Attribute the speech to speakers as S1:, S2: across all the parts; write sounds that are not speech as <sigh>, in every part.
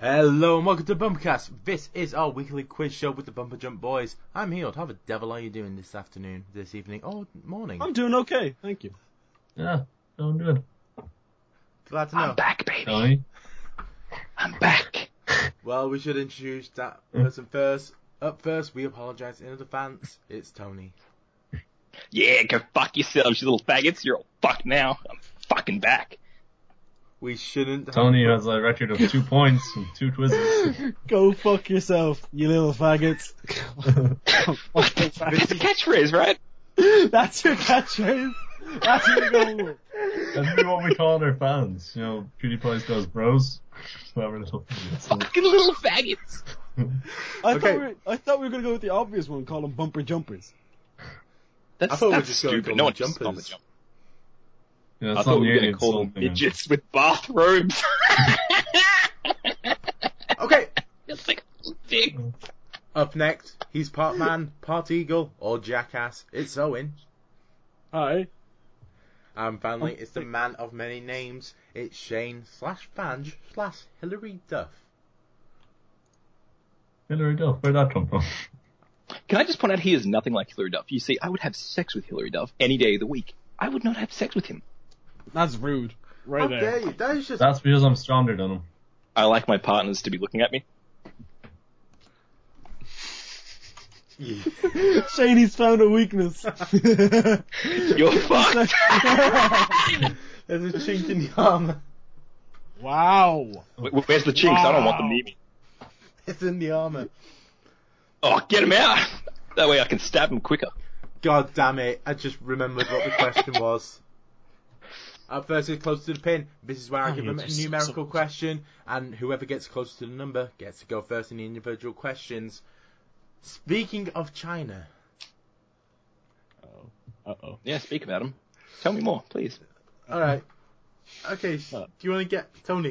S1: Hello and welcome to Bumpercast. This is our weekly quiz show with the Bumper Jump Boys. I'm Healed. How the devil are you doing this afternoon, this evening, or morning?
S2: I'm doing okay, thank you.
S3: Yeah, no, I'm good.
S1: Glad to
S4: I'm
S1: know.
S4: back, baby.
S3: Johnny?
S4: I'm back. <laughs>
S1: Well, we should introduce that
S2: Mm.
S1: person first. Up first, we apologise in advance. It's Tony.
S4: Yeah, go fuck yourselves, you little faggots. You're all fucked now. I'm fucking
S1: <laughs>
S4: back.
S1: We shouldn't. have-
S3: Tony has a record of two points from two quizzes. <laughs>
S2: Go fuck yourself, you little faggots. <laughs>
S1: Oh,
S4: What? <laughs> That's a catchphrase, right?
S2: That's your catchphrase. That's your goal.
S3: That's really what we call our fans. You know, PewDiePie goes bros. Whoever little
S4: <laughs>
S3: idiots.
S4: Fucking little faggots.
S2: I
S1: Okay.
S2: thought we were, I thought we were gonna go with the obvious one, call them bumper jumpers.
S4: That's,
S1: I thought we were
S4: that's
S1: just gonna
S4: stupid.
S1: call
S4: No
S1: them
S4: one just called
S1: jumpers.
S4: them jumpers.
S3: <laughs> Yeah,
S4: I
S3: it's
S4: thought
S3: not
S4: we were
S3: nearly
S4: gonna call them
S3: insulting.
S4: midgets with bathrobes. <laughs>
S1: Okay.
S4: it's like, dick.
S1: Up next, he's part man, part eagle, or jackass. It's Owen.
S2: Hi.
S1: And finally,
S2: Oh.
S1: it's the man of many names. It's Shane slash Fange slash Hilary Duff.
S3: Hillary Duff, where'd that come from?
S4: Can I just point out he is nothing like Hillary Duff? You see, I would have sex with Hillary Duff any day of the week. I would not have sex with him.
S2: That's rude. Right
S1: How
S2: there.
S1: dare you? That is just <laughs>
S3: That's because I'm stronger than him.
S4: I like my partners to be looking at me.
S2: Shane, he's found a weakness.
S1: <laughs>
S4: You're fucked. <laughs>
S1: There's a chink in the armor.
S2: <laughs> wow.
S4: Wh- wh- Where's the chinks? I don't want them near me.
S1: It's in the armor.
S4: Oh, get him out. That way I can stab him quicker.
S1: God damn it! I just remembered what the question
S3: <laughs>
S1: was. At first, it's close to the pin. This is where I give
S3: Oh, you're
S1: them a
S3: just so-
S1: numerical question, and whoever gets close to the number gets to go first in the individual questions. Speaking of China,
S2: Uh oh.
S4: Yeah, speak about him. Tell me more, please.
S1: all right, okay. sh-
S2: Uh.
S1: Do you want to get Tony? Do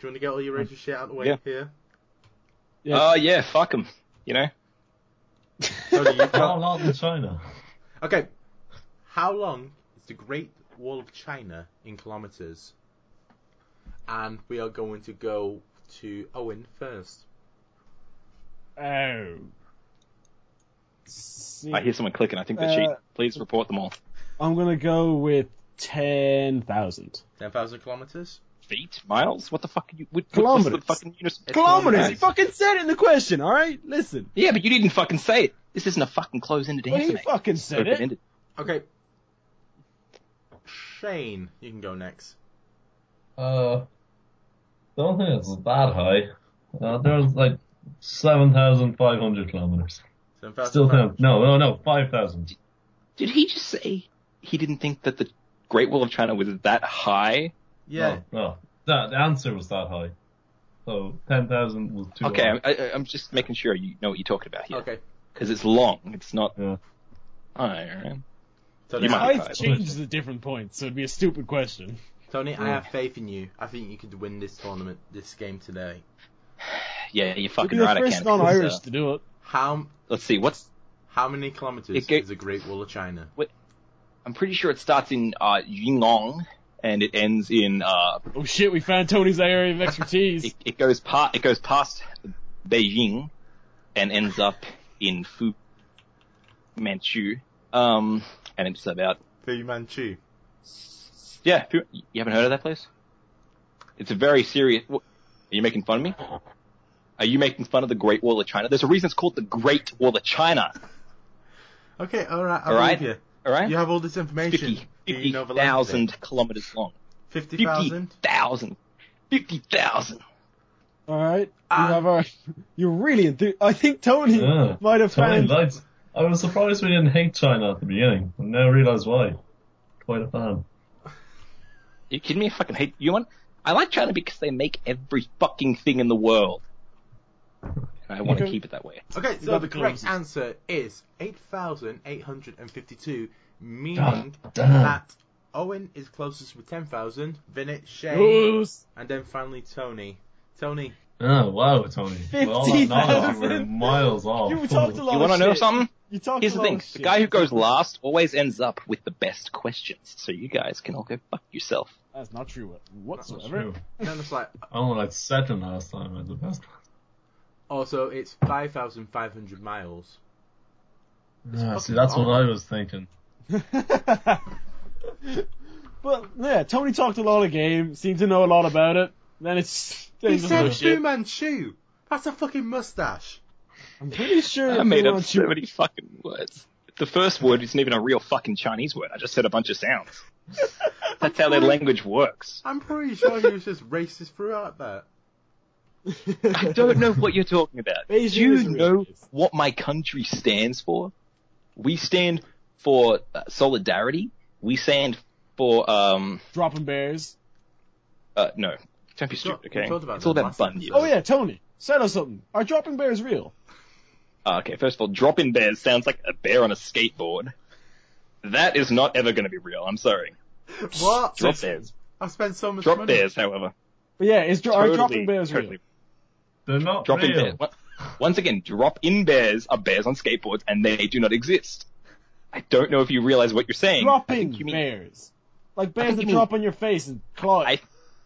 S1: you want to get all your
S3: Hmm.
S1: racist shit out of the way
S4: Yeah.
S1: here?
S2: Yes.
S4: Oh yeah, fuck him. You know,
S1: Tony, you've
S3: <laughs> Not a
S1: got...
S3: lot in China.
S1: Okay. How long is the Great Wall of China in kilometers? And we are going to go to Owen first.
S2: oh.
S4: I hear someone clicking. I think they're
S2: Uh,
S4: cheating. Please report them all.
S2: I'm gonna go with ten thousand.
S1: 10,000 kilometers?
S4: Feet, miles? What the fuck? Are you, what,
S2: Kilometers.
S4: What's the fucking units?
S1: It's
S2: Kilometers.
S1: kilometers.
S2: He fucking said it in the question. All right, listen.
S4: Yeah, but you didn't fucking say it. This isn't a fucking close-ended
S2: Well,
S4: answer.
S2: he
S4: mate.
S2: fucking said
S4: Open-ended.
S2: it.
S1: Okay. Shane, you can go next.
S3: Uh, don't think it's that high. Uh, there's like 7,500 kilometers.
S1: 7,000
S3: Still
S1: kilometers.
S3: count. No, no, no, 5,000.
S4: Did he just say he didn't think that the Great Wall of China was that high?
S1: Yeah.
S3: No, no. Oh, That, the answer was that high. So 10,000 was too
S4: Okay,
S3: high.
S4: <laughs> I'm, I, I- I'm just making sure you know what you're talking about here.
S1: Okay.
S4: Because it's long. It's not.
S3: Yeah.
S4: high.
S1: Tony,
S4: You
S1: I,
S4: might-
S2: I changed the different points, so it'd be a stupid question.
S1: Tony I have faith in you. I think you could win this tournament, this game today.
S4: Yeah, you're
S2: It'd be
S4: fucking
S2: the
S4: right. I
S2: first
S4: can. 'cause,
S2: non-Irish
S4: uh,
S2: to do it.
S1: How
S4: let's see. What's
S1: how many kilometers
S4: It go-
S1: is the Great Wall of China?
S4: I'm pretty sure it starts in uh, Yingong and it ends in uh,
S2: Oh shit, we found Tony's area of expertise.
S4: <laughs> it, it goes past it goes past Beijing and ends up in Fu Manchu. Um, and it's about
S1: Fu Manchu.
S4: yeah. Fu, you haven't heard of that place? It's a very serious. wh- Are you making fun of me? Are you making fun of the Great Wall of China? There's a reason it's called the Great Wall of China.
S1: Okay, alright, I
S4: All right.
S1: believe
S4: All
S1: you.
S4: right,
S1: You have all this information.
S4: fifty
S1: Do
S4: fifty
S1: you know the length of it?
S4: thousand kilometers long.
S1: 50,000?
S4: 50,000. 50,000.
S2: All right,
S1: Ah.
S2: you have our. You're really enthu- I think Tony
S3: Yeah.
S2: might have
S3: Tony
S2: found.
S3: likes. I was surprised we didn't hate China at the beginning, and now I realise why. Quite a fan.
S4: You kidding me? I fucking hate you. Want I like China because they make every fucking thing in the world, and I want to
S2: Okay.
S4: keep it that way.
S1: Okay,
S2: You
S1: so
S2: got
S1: the
S2: the
S1: correct
S2: closest.
S1: answer is 8,852, meaning
S3: God damn.
S1: that Owen is closest with 10,000, then it's Shane,
S2: Yes.
S1: and then finally Tony. Tony,
S3: Oh wow, Tony. With all that knowledge, you were
S2: 50,000.
S3: miles off.
S2: You talked a lot.
S4: You
S2: want to
S4: know something?
S2: You talked
S4: Here's
S2: a
S4: the
S2: lot
S4: thing:
S2: of shit.
S4: the guy who goes last always ends up with the best questions. So you guys can all go fuck yourself.
S2: That's not true whatsoever.
S3: That's true.
S1: And then it's like,
S3: Oh, well, that's second last time and the best
S1: also, it's 5,500 miles.
S3: one. Yeah, see, that's what I was thinking.
S2: <laughs> but yeah, Tony talked a lot of game, seemed to know a lot about it. Then it's
S1: He
S2: it's just
S1: said
S2: like,
S1: Fu Manchu! That's a fucking mustache!
S2: I'm pretty sure
S4: I made
S2: Fu
S4: up
S2: Manchu-
S4: so many fucking words. The first word isn't even a real fucking Chinese word. I just said a bunch of sounds.
S2: <laughs>
S4: That's how their language works.
S1: I'm pretty sure he was just racist throughout that.
S2: <laughs>
S4: I don't know what you're talking about. Do
S2: Beijing
S4: you
S2: is
S4: know
S2: racist.
S4: what my country stands for? We stand for uh, solidarity. We stand for um
S2: dropping bears.
S4: uh no. Don't be stupid,
S1: we
S4: okay?
S1: talked about
S4: it's all
S1: that
S4: about
S1: last time.
S4: buns.
S2: Oh yeah, Tony, said us something. Are dropping bears real?
S4: Uh, okay, first of all, drop-in bears sounds like a bear on a skateboard. That is not ever going to be real. I'm sorry.
S1: What?
S4: Drop bears.
S1: I spent so much
S4: Drop
S1: money.
S4: bears, however.
S2: But yeah, is dro-
S4: Totally,
S2: are dropping bears
S4: totally.
S2: real?
S3: They're not
S4: Drop-in
S3: real.
S4: bears. What- Once again, drop-in bears are bears on skateboards, and they do not exist. I don't know if you realize what you're saying. I
S2: Dropping
S4: think you mean,
S2: bears, like
S4: I
S2: bears
S4: think
S2: that
S4: you mean-
S2: drop on your face and claw.
S4: I,
S2: it.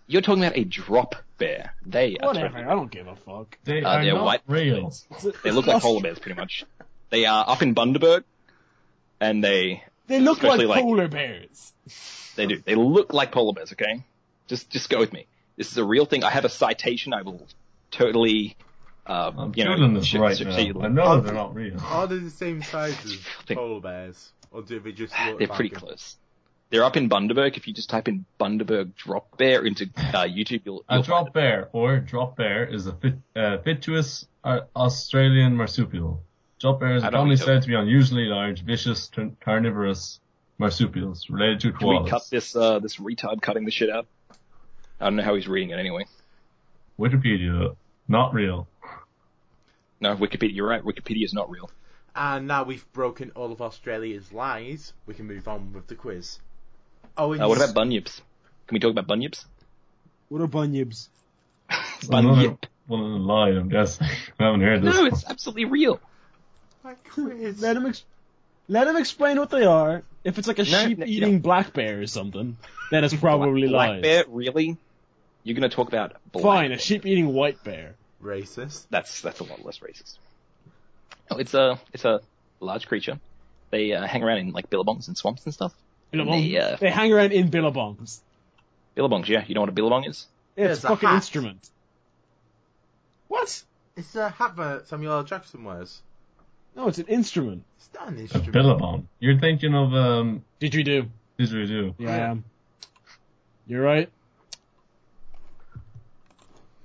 S4: you're talking about a drop bear. They are
S2: Whatever,
S4: totally-
S2: I don't give a fuck.
S3: They
S4: Uh,
S3: are
S4: they're
S3: not
S4: white.
S3: real.
S4: they look like polar bears, pretty much. They are up in Bundaberg, and they
S2: They look like,
S4: Especially like-
S2: polar bears.
S4: They do. They look like polar bears. Okay, just just go with me. This is a real thing. I have a citation. I will totally, um,
S3: I'm
S4: you
S3: googling
S4: know,
S3: this
S4: sh-
S3: right
S4: sh-
S3: now.
S4: see-
S3: I know they're not real.
S1: Are they the same size as
S4: Think-
S1: polar bears? Or do they
S4: <sighs>
S1: just look
S4: Ah, they're
S1: like
S4: pretty
S1: them?
S4: close. They're up in Bundaberg. If you just type in Bundaberg drop bear into uh, YouTube, you'll,
S3: A
S4: you'll find
S3: drop bear or drop bear is a fit, uh, fituous uh, Australian marsupial. Drop bears
S4: I
S3: are
S4: don't
S3: commonly
S4: think so.
S3: said to be unusually large, vicious, car- carnivorous marsupials related to
S4: it. Can
S3: koalas.
S4: we cut this uh, this retard cutting the shit out? I don't know how he's reading it anyway.
S3: Wikipedia, not real.
S4: No, Wikipedia. You're right. Wikipedia is not real.
S1: And now we've broken all of Australia's lies, we can move on with the quiz. Oh,
S4: Uh, what about bunyips? Can we talk about bunyips?
S2: What are bunyibs?
S3: It's another
S4: Bunyip.
S3: one of the lie, I'm guessing. <laughs> I haven't heard this.
S4: No,
S3: one.
S4: it's absolutely real.
S1: that quiz?
S2: Let him ex- let him explain what they are. If it's like a
S4: No,
S2: sheep
S4: no, you
S2: eating black bear or something, then it's probably
S4: black,
S2: lies.
S4: Black bear, really? You're gonna talk about black
S2: Fine, a sheep eating white bear.
S1: Racist.
S4: that's that's a lot less racist. No, it's a it's a large creature. They uh, hang around in like billabongs and swamps and stuff.
S2: Billabong.
S4: They, uh,
S2: They hang around in billabongs.
S4: Billabongs, yeah. You know what a billabong is?
S2: It's
S1: There's
S2: a
S1: a
S2: fucking
S1: hat.
S2: instrument. What?
S1: It's a hat that Samuel L. Jackson wears.
S2: No, it's an instrument.
S1: It's not an
S3: A
S1: instrument.
S3: billabong. You're thinking of, um,
S2: Did you do?
S3: didgeridoo.
S2: Yeah, I am. You're right.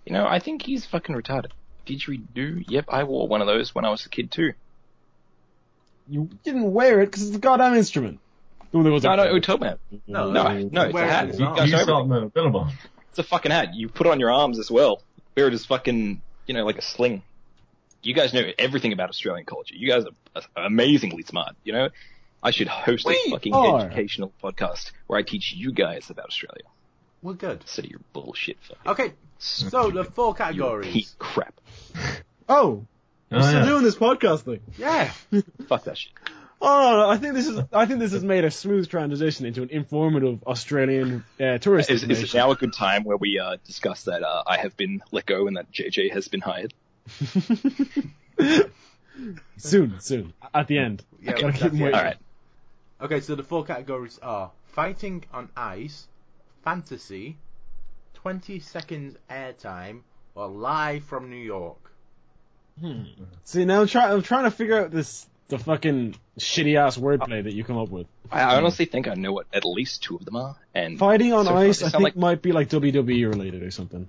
S4: You know, I think he's fucking retarded. Didgeridoo? Yep, I wore one of those when I was a kid too.
S2: You didn't wear it because it's a goddamn instrument. The one that goes
S4: No,
S2: like-
S4: no, it told me.
S1: No,
S4: No, no, it's a
S1: Where
S4: hat.
S1: is
S4: You
S1: it?
S4: got
S1: Oh,
S3: You
S4: over
S3: saw
S4: it.
S3: them in a billabong.
S4: It's a fucking hat. You put it on your arms as well. Wear it as fucking, you know, like a sling. You guys know everything about Australian culture. You guys are are amazingly smart, you know? I should host a
S2: We
S4: fucking
S2: are.
S4: educational podcast where I teach you guys about Australia.
S1: We're good.
S4: So you're bullshit fucking
S1: Okay, so the four categories.
S4: Pete crap.
S2: Oh,
S3: Oh,
S2: we're still
S3: yeah.
S2: doing this podcast thing.
S1: Yeah.
S4: Fuck that shit.
S2: Oh, no, no, I think this is. I think this has made a smooth transition into an informative Australian uh, tourist
S4: Is, is it
S2: destination.
S4: now a good time where we uh, discuss that uh, I have been let go and that JJ has been hired?
S2: <laughs> soon, soon, at the end.
S1: yeah
S2: gotta keep
S1: that's
S2: him
S1: it.
S2: waiting.
S4: All right.
S1: Okay, so the four categories are fighting on ice, fantasy, 20 seconds airtime, or live from New York.
S2: See, now I'm, try, I'm trying to figure out this the fucking shitty ass wordplay that you come up with.
S4: I honestly think I know what at least two of them are. And
S2: Fighting on
S4: so far
S2: ice,
S4: they
S2: I
S4: sound
S2: think,
S4: like-
S2: might be like WWE related or something.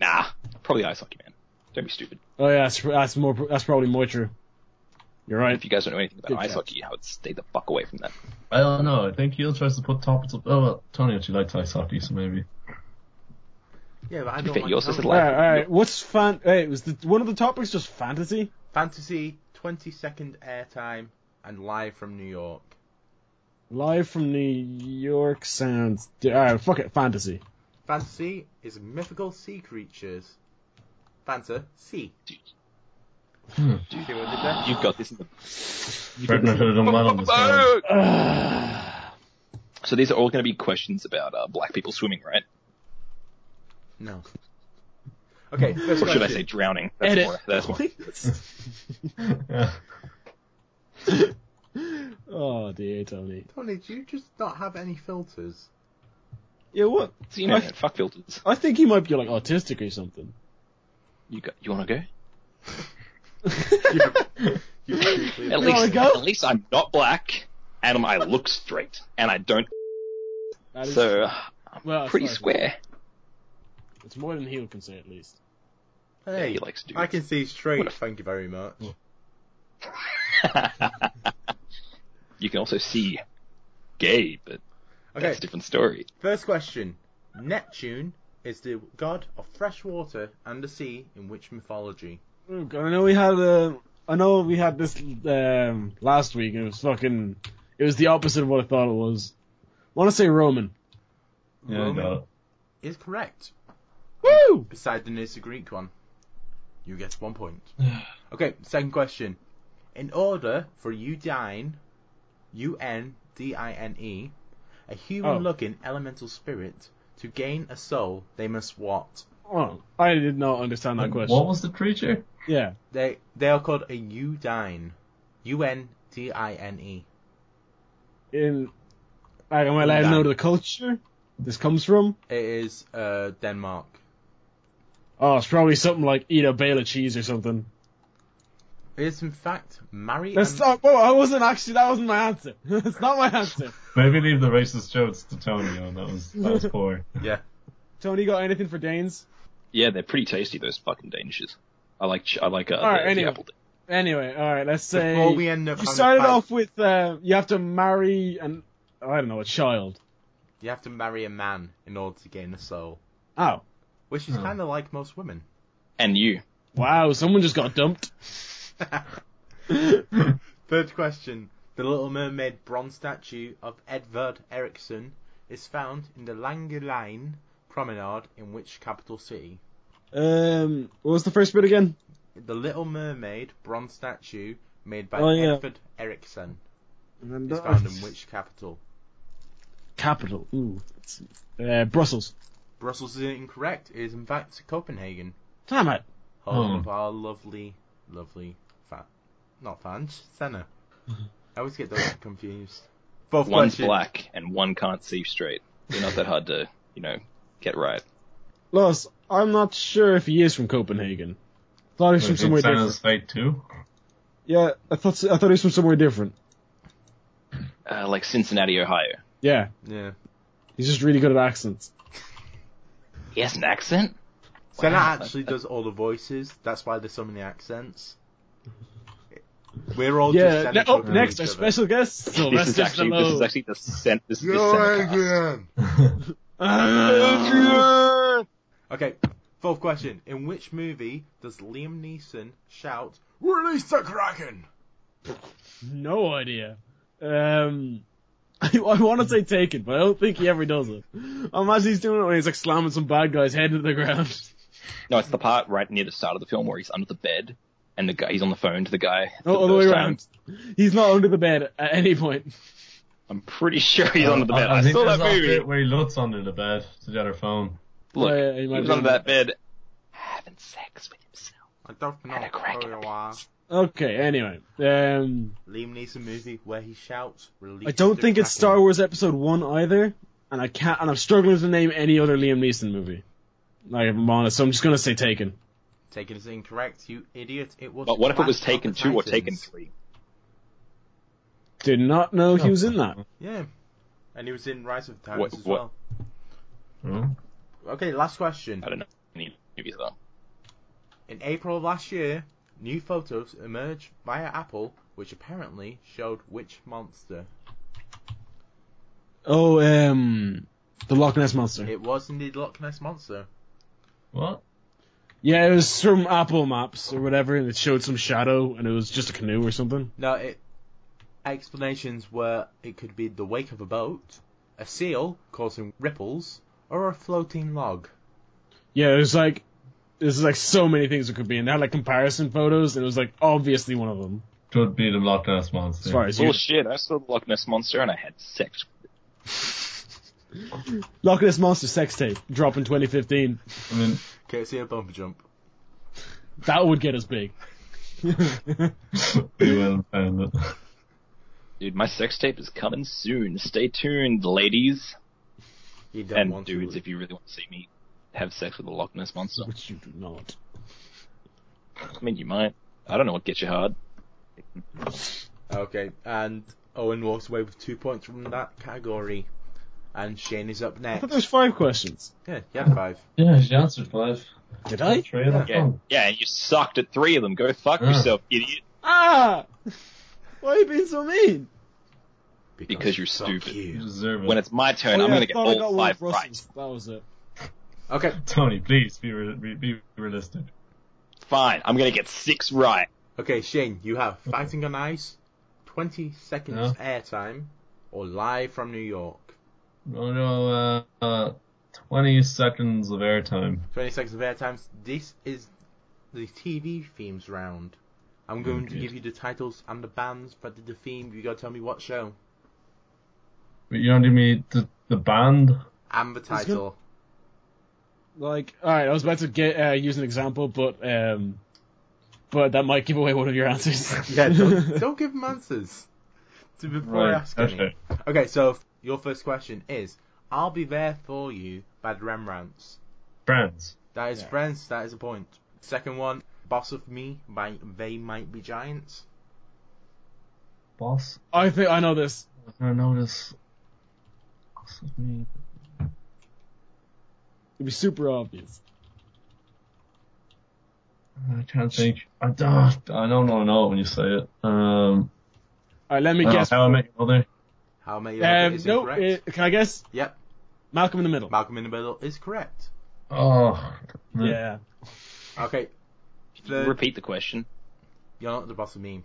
S4: nah, probably ice hockey, man. Don't be stupid.
S2: Oh yeah, that's, that's more. That's probably more true. You're right.
S4: If you guys don't know anything about
S2: Good
S4: ice
S2: catch.
S4: hockey, I would stay the fuck away from that.
S3: I don't know. I think Heel tries to put topics up. Oh, well, Tony actually likes ice hockey, so maybe.
S1: Yeah, but I
S4: To be
S1: don't
S4: fair,
S1: like
S4: you also said
S1: that.
S2: All right,
S4: live.
S2: all right. What's fan? Hey, was the one of the topics just fantasy?
S1: Fantasy, 20 second airtime, and live from New York.
S2: Live from New York sounds. All right, fuck it, <sighs> fantasy.
S1: Fantasy is mythical sea creatures. Fanta, sea.
S4: Hmm.
S1: Do you see what I did there?
S4: You've got this in the <laughs>
S3: Ferdinand should have done well on this one.
S2: Ah,
S4: So these are all going to be questions about uh, black people swimming, right?
S1: No. Okay, first
S4: Or should I say
S1: question.
S4: drowning? That's
S2: Edit.
S4: More, that's <laughs> more.
S3: Yeah.
S2: oh dear, Tony.
S1: Tony, do you just not have any filters?
S2: Yeah, what?
S4: It's the internet. Fuck filters.
S2: I think he might be like autistic or something. <laughs>
S4: <laughs> You go, you want to go?
S1: You completely-
S4: At
S2: You wanna
S4: least,
S2: go?
S4: at least I'm not black, and I look straight, and I don't.
S2: That is- Ah,
S4: So I'm
S2: Well, it's
S4: pretty
S2: not-
S4: square. <laughs>
S2: It's more than he can say, at least.
S4: Yeah,
S1: hey,
S4: he likes dudes.
S1: I can see
S4: What
S1: straight.
S4: a-
S1: Thank you very much.
S4: you can also see gay, but
S1: Okay,
S4: that's a different story.
S1: first question. Neptune is the god of fresh water and the sea in which mythology?
S2: Oh, God, I know we had uh, I know we had this um, last week. and It was fucking. It was the opposite of what I thought it was. I want to say Roman.
S3: yeah, I got it.
S1: Is correct.
S2: Woo!
S1: beside the nearest Greek one. You get one
S2: <sighs>
S1: point. okay, second question. In order for Udine, U N D I N E, a
S2: Oh.
S1: human looking elemental spirit, to gain a soul, they must what?
S2: Oh, I did not understand that
S3: And
S2: question.
S3: What was the creature?
S2: Yeah.
S1: They they are called a Udine. U N D I N E.
S2: In like, am I allowed to know the culture this comes from?
S1: It is uh, Denmark.
S2: Oh, it's probably something like eat a bale of cheese or something.
S1: It is in fact marry
S2: That's
S1: and-
S2: not. Whoa, I wasn't actually. That wasn't my answer. <laughs> That's not my answer.
S3: Maybe leave the racist jokes to Tony. On that was that
S2: <laughs>
S3: was poor.
S1: Yeah.
S2: Tony, got anything for Danes?
S4: Yeah, they're pretty tasty. Those fucking Danishes. I like ch- I like uh,
S2: All right,
S4: the, the
S2: anyway.
S4: apple.
S2: Anyway, all right. Let's say
S1: Before we end up
S2: you
S1: on a
S2: started
S1: fight,
S2: off with uh, you have to marry an I don't know a child.
S1: you have to marry a man in order to gain a soul,
S2: Oh,
S1: which is
S3: Oh.
S1: kind of like most women.
S4: And you.
S2: wow! Someone just got dumped.
S1: <laughs> Third question. The Little Mermaid bronze statue of Edvard Eriksson is found in the Langeline promenade in which capital city?
S2: Um, what was the first bit again?
S1: The Little Mermaid bronze statue made by
S2: Oh, yeah.
S1: Edvard Eriksson is found in which capital?
S2: capital? Ooh, it's, uh, Brussels.
S1: Brussels is incorrect. It is in fact Copenhagen.
S2: Damn it!
S1: Home
S3: Hmm.
S1: of our lovely, lovely fan. Not fans,
S2: <laughs>
S1: Senna. I always get those confused. Fourth
S4: One's
S1: question.
S4: black and one can't see straight. They're not that hard to, you know, get right.
S2: Lars, I'm not sure if he is from Copenhagen. Thought he was from
S3: Was
S2: somewhere
S3: it
S2: different.
S3: Santa's fate too?
S2: Yeah, I thought I thought he was from somewhere different.
S4: Uh, like Cincinnati, Ohio.
S2: Yeah,
S1: Yeah.
S2: he's just really good at accents.
S4: He has an accent?
S1: Senna
S4: Wow.
S1: actually does all the voices. That's why there's so many accents. We're all just
S2: Yeah.
S1: Senna
S2: ne- up
S1: talking to
S2: next,
S1: each
S2: our
S1: other.
S2: special guest
S4: This
S2: Sylvester
S4: is, actually, this is
S2: Stallone.
S4: actually the sen- this is the Senate cast.
S2: Ah,
S1: Okay, fourth question. In which movie does Liam Neeson shout, "Release the Kraken"?
S2: No idea. Um, <laughs> I, I want to say take it, but I don't think he ever does it. I imagine he's doing it when he's like slamming some bad guy's head into the ground. <laughs>
S4: No, it's the part right near the start of the film where he's under the bed and the guy he's on the phone to Oh, the guy. for
S2: No, Oh, all the way
S4: first time.
S2: around. He's not under the bed at any point.
S4: I'm pretty sure he's under the bed. Oh, I,
S3: Uh, think
S4: saw
S3: there's
S4: that
S3: that
S4: movie.
S3: bit where he looks under the bed to the other phone.
S4: Look,
S2: Oh, yeah, he
S4: he,
S2: might
S4: was
S2: be
S4: under
S2: under
S4: that bed having sex with himself.
S1: I don't know
S4: And a Kraken
S1: for a while.
S2: Okay, anyway. Um,
S1: Liam Neeson movie where he shouts, "Release."
S2: I don't
S1: the
S2: think it's
S1: Kraken."
S2: Star Wars Episode 1 either, and I can't, and I'm struggling to name any other Liam Neeson movie. Like, if I'm honest, so I'm just gonna say Taken.
S1: Taken is incorrect, you idiot. It was.
S4: But what if it was
S1: Attack of
S4: taken
S1: the
S4: two or
S1: Titans.
S4: taken three?
S2: Did not know he was in that.
S1: Yeah, and he was in Rise of the Titans
S4: What-
S1: as
S4: what-
S3: Hmm?
S1: well. Okay, last question.
S4: I don't know. Any movies though.
S1: In April of last year, new photos emerged via Apple, which apparently showed which monster.
S2: Oh, um, The Loch Ness Monster.
S1: It was indeed Loch Ness Monster.
S3: What?
S2: Yeah, it was from Apple Maps or whatever, and it showed some shadow, and it was just a canoe or something.
S1: No, it, explanations were it could be the wake of a boat, a seal causing ripples, or a floating log.
S2: Yeah, it was like, there's like so many things it could be, and they had like comparison photos, and it was like obviously one of them.
S3: Could be the Loch Ness monster.
S2: As far as you,
S4: Bullshit! I saw the Loch Ness monster and I had sex.
S2: Loch Ness Monster sex tape drop in 2015.
S3: I mean,
S1: Can't see a bumper jump.
S2: That would get us big. <laughs>
S3: we will find it.
S4: Dude, my sex tape is coming soon. Stay tuned, ladies
S1: You don't
S4: and
S1: want
S4: dudes,
S1: to.
S4: if you really want to see me have sex with a Loch Ness monster.
S2: Which you do not.
S4: I mean, you might. I don't know what gets you hard.
S1: Okay, and Owen walks away with two points from that category. And Shane is up
S2: I thought
S1: next. <laughs>
S2: there was five questions.
S1: Yeah, yeah, five.
S3: <laughs> Yeah, she answered five.
S2: Did I?
S3: Three of them.
S4: Yeah, yeah, and you sucked at three of them. Go fuck
S3: Yeah.
S4: yourself, idiot.
S2: Ah! Why are you being so mean?
S4: Because you're
S1: fuck
S4: stupid.
S3: You
S1: you.
S3: deserve it.
S4: When it's my turn,
S2: Oh,
S4: I'm
S2: yeah,
S4: gonna
S2: I
S4: get
S2: thought I got
S4: all
S2: one
S4: five
S2: of
S4: right.
S2: Russell's. That was it.
S1: Okay,
S3: Tony, please be re- re- be realistic.
S4: Fine, I'm gonna get six right.
S1: okay, Shane, you have Fighting on Ice, 20 seconds airtime, or Live from New York.
S3: Oh no, uh, uh, 20 seconds of airtime.
S1: 20 seconds of airtime. This is the TV themes round. I'm going to
S3: Okay.
S1: give you the titles and the bands that did the theme. You gotta tell me what show
S3: But you don't give me the, the band?
S1: and the
S2: good.
S1: title.
S2: Like, alright, I was about to get, uh, use an example, but, um, but that might give away one of your answers.
S1: <laughs> Yeah, don't, don't give them answers. To before I ask any.
S3: okay.
S1: Okay, so your first question is I'll Be There For You by the Rembrandts.
S3: Brands.
S1: That is
S2: Yeah.
S1: friends, that is a point. Second one, Boss of Me by They Might Be Giants.
S3: Boss?
S2: I think I know this.
S3: I don't know this. Boss of me.
S2: It'd be super obvious.
S3: I can't think. I don't, I don't know, know it when you say it. Um,
S2: Alright, let me
S3: I don't
S2: guess.
S3: know, how I met your mother.
S1: How many
S2: um,
S1: is
S2: no,
S1: incorrect?
S2: uh, can I guess?
S1: Yep,
S2: Malcolm in the Middle.
S1: Malcolm in the Middle is correct.
S3: Oh. the-
S2: yeah.
S1: Okay,
S4: Can
S1: The-
S4: you Repeat the question.
S1: you're not the boss of me,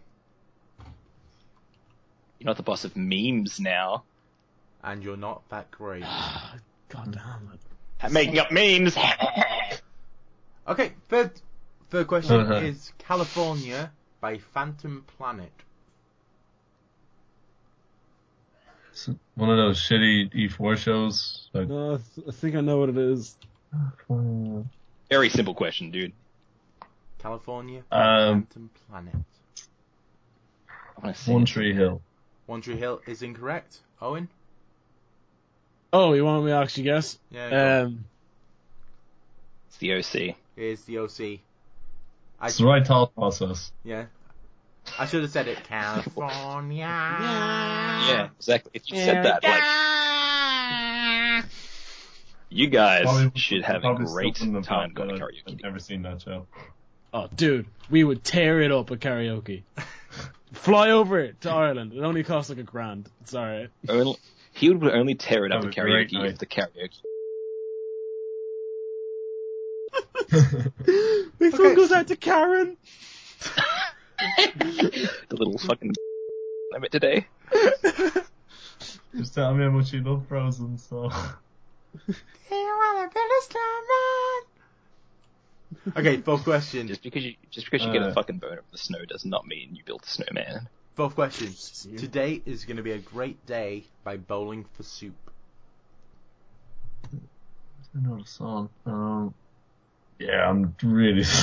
S4: You're not the boss of memes now.
S1: and you're not that great. <sighs>
S2: God damn it.
S4: Making up memes.
S1: Okay, third third question
S3: Okay.
S1: is California by Phantom Planet.
S3: It's one of those shitty E4 shows. Like,
S2: No, I, th- I think I know what it is.
S3: um,
S4: <laughs> Very simple question, dude.
S1: California by
S3: One
S1: Phantom Planet.
S4: I want to see. it.
S3: Tree Hill.
S1: One Tree Hill is incorrect. Owen?
S2: Oh, you want me to actually guess?
S1: Yeah. go on.
S2: Um,
S4: It's the OC.
S1: is the OC.
S3: It's the right thought process.
S1: Yeah. I should have said it. California.
S4: Yeah, exactly. If you said that, like, you guys
S3: Probably-
S4: should have a
S3: probably
S4: great
S3: still wouldn't have
S4: time
S3: got
S4: going
S3: that.
S4: to karaoke.
S3: I've never seen that show.
S2: oh, dude, we would tear it up at
S1: <laughs>
S2: karaoke. Fly over it to Ireland. It only costs like a grand. It's alright.
S4: Only, he would only tear it up
S3: That
S4: at
S3: would be great
S4: karaoke
S3: night.
S4: if the karaoke.
S2: This
S1: Okay.
S2: one goes out to Karen. <laughs>
S4: the little fucking limit today.
S3: Just tell me how much you love Frozen, so.
S1: Okay, fourth question.
S4: Just because you just because you get a
S3: Uh.
S4: fucking boner from the snow does not mean you build a snowman.
S1: Fourth question. Today is going to be a great day by Bowling for Soup.
S3: I know the song. Um, yeah, I'm really. <laughs>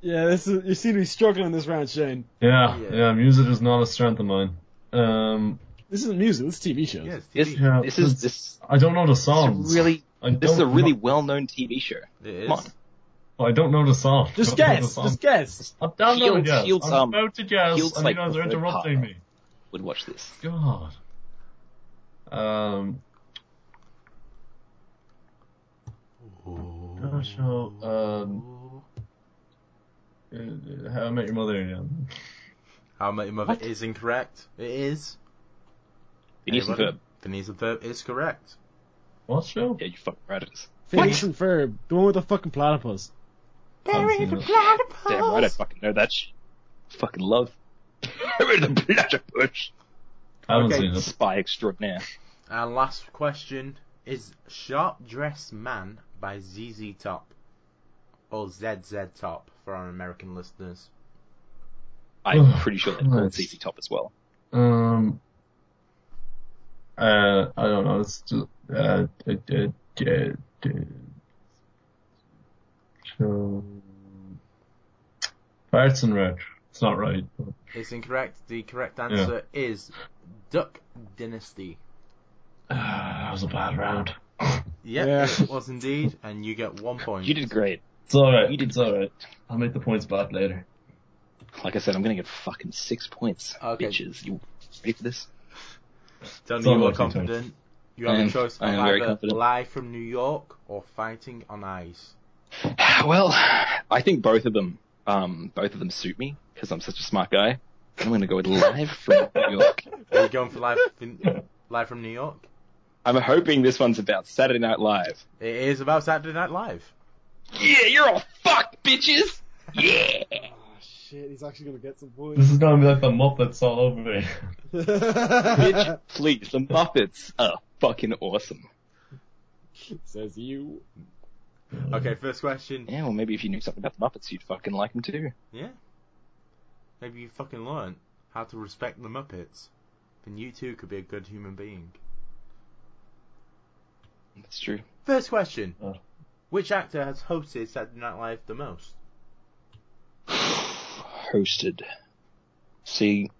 S2: Yeah, this is, you seem to be struggling this round, Shane.
S3: yeah,
S1: Yeah.
S3: yeah, music is not a strength of mine. Um,
S2: This isn't music. This is TV shows.
S1: Yes,
S4: This,
S1: TV.
S3: Yeah,
S4: this is
S3: Oh, that's-
S4: this,
S3: I don't know the
S4: this
S3: song.
S4: is really
S3: I
S4: this is a
S3: don't
S4: really
S3: know-
S4: well known TV show.
S1: It is.
S4: Come on.
S3: I don't know the song.
S2: Just
S3: I don't know the
S2: guess.
S3: song.
S2: Just guess.
S3: I'm down
S4: Shields-
S3: to guess.
S4: Shields,
S3: I'm
S4: um,
S3: about to guess,
S4: Shields,
S3: and
S4: like,
S3: you guys
S4: the
S3: are
S4: third
S3: interrupting
S4: part.
S3: me.
S4: Would watch this.
S3: God. Um, another
S4: oh.
S3: show. Um, uh, How I Met Your Mother. Yeah.
S1: How Met Your Mother is incorrect. It is.
S4: Phineas and
S1: Anybody?
S4: Ferb.
S1: Phineas and Ferb is correct.
S3: What show?
S4: Yeah, you fucking right it is.
S2: Phineas and Ferb, the one with the fucking platypus.
S3: Bury the
S4: Damn right, I fucking know that. Sh- fucking love. <laughs> the platypus.
S3: I haven't
S1: Okay.
S3: seen it.
S4: Spy
S3: <sighs>
S4: extraordinaire.
S1: And last question is Sharp Dressed Man by ZZ Top. Or ZZ Top for our American listeners.
S4: I'm
S3: Oh,
S4: pretty sure they called
S3: Christ.
S4: CC Top as well.
S3: Um, Uh, I don't know. It's just, uh, d- d- d- d- so, farts and roach. It's not right. But
S1: It's incorrect. The correct answer is Duck Dynasty.
S3: uh, that was a bad round.
S1: Yep,
S2: Yeah.
S1: it was indeed, and you get one point.
S4: You did great.
S3: It's all right.
S4: You did-
S3: It's all right. I'll make the points back later.
S4: Like I said, I'm gonna get fucking six points,
S1: Okay.
S4: bitches. You ready for this?
S1: Tell me
S3: So
S1: you are
S3: much in
S1: confident. You
S4: I
S1: have
S4: am-
S1: a choice of
S4: I am very
S1: either
S4: confident.
S1: live from New York or fighting on ice.
S4: <sighs> Well, I think both of them, um, both of them suit me because I'm such a smart guy. I'm gonna go with live from New York.
S1: Are you going for live from, live from New York?
S4: I'm hoping this one's about Saturday Night Live.
S1: It is about Saturday Night Live.
S4: Yeah, you're all fucked, bitches. Yeah.
S2: Ah, shit, he's actually gonna get some
S3: This
S2: points.
S3: is gonna be like the Muppets all over
S4: <laughs>
S3: me.
S4: Bitch, please, the Muppets are fucking awesome.
S2: <laughs> Says you.
S1: Okay, first question.
S4: Yeah, well, maybe if you knew something about the Muppets, you'd fucking like them too.
S1: Yeah. Maybe you fucking learned how to respect the Muppets. Then you too could be a good human being.
S4: That's true.
S1: First question.
S3: Oh.
S1: Which actor has hosted Saturday Night Live the most?
S4: Hosted. See,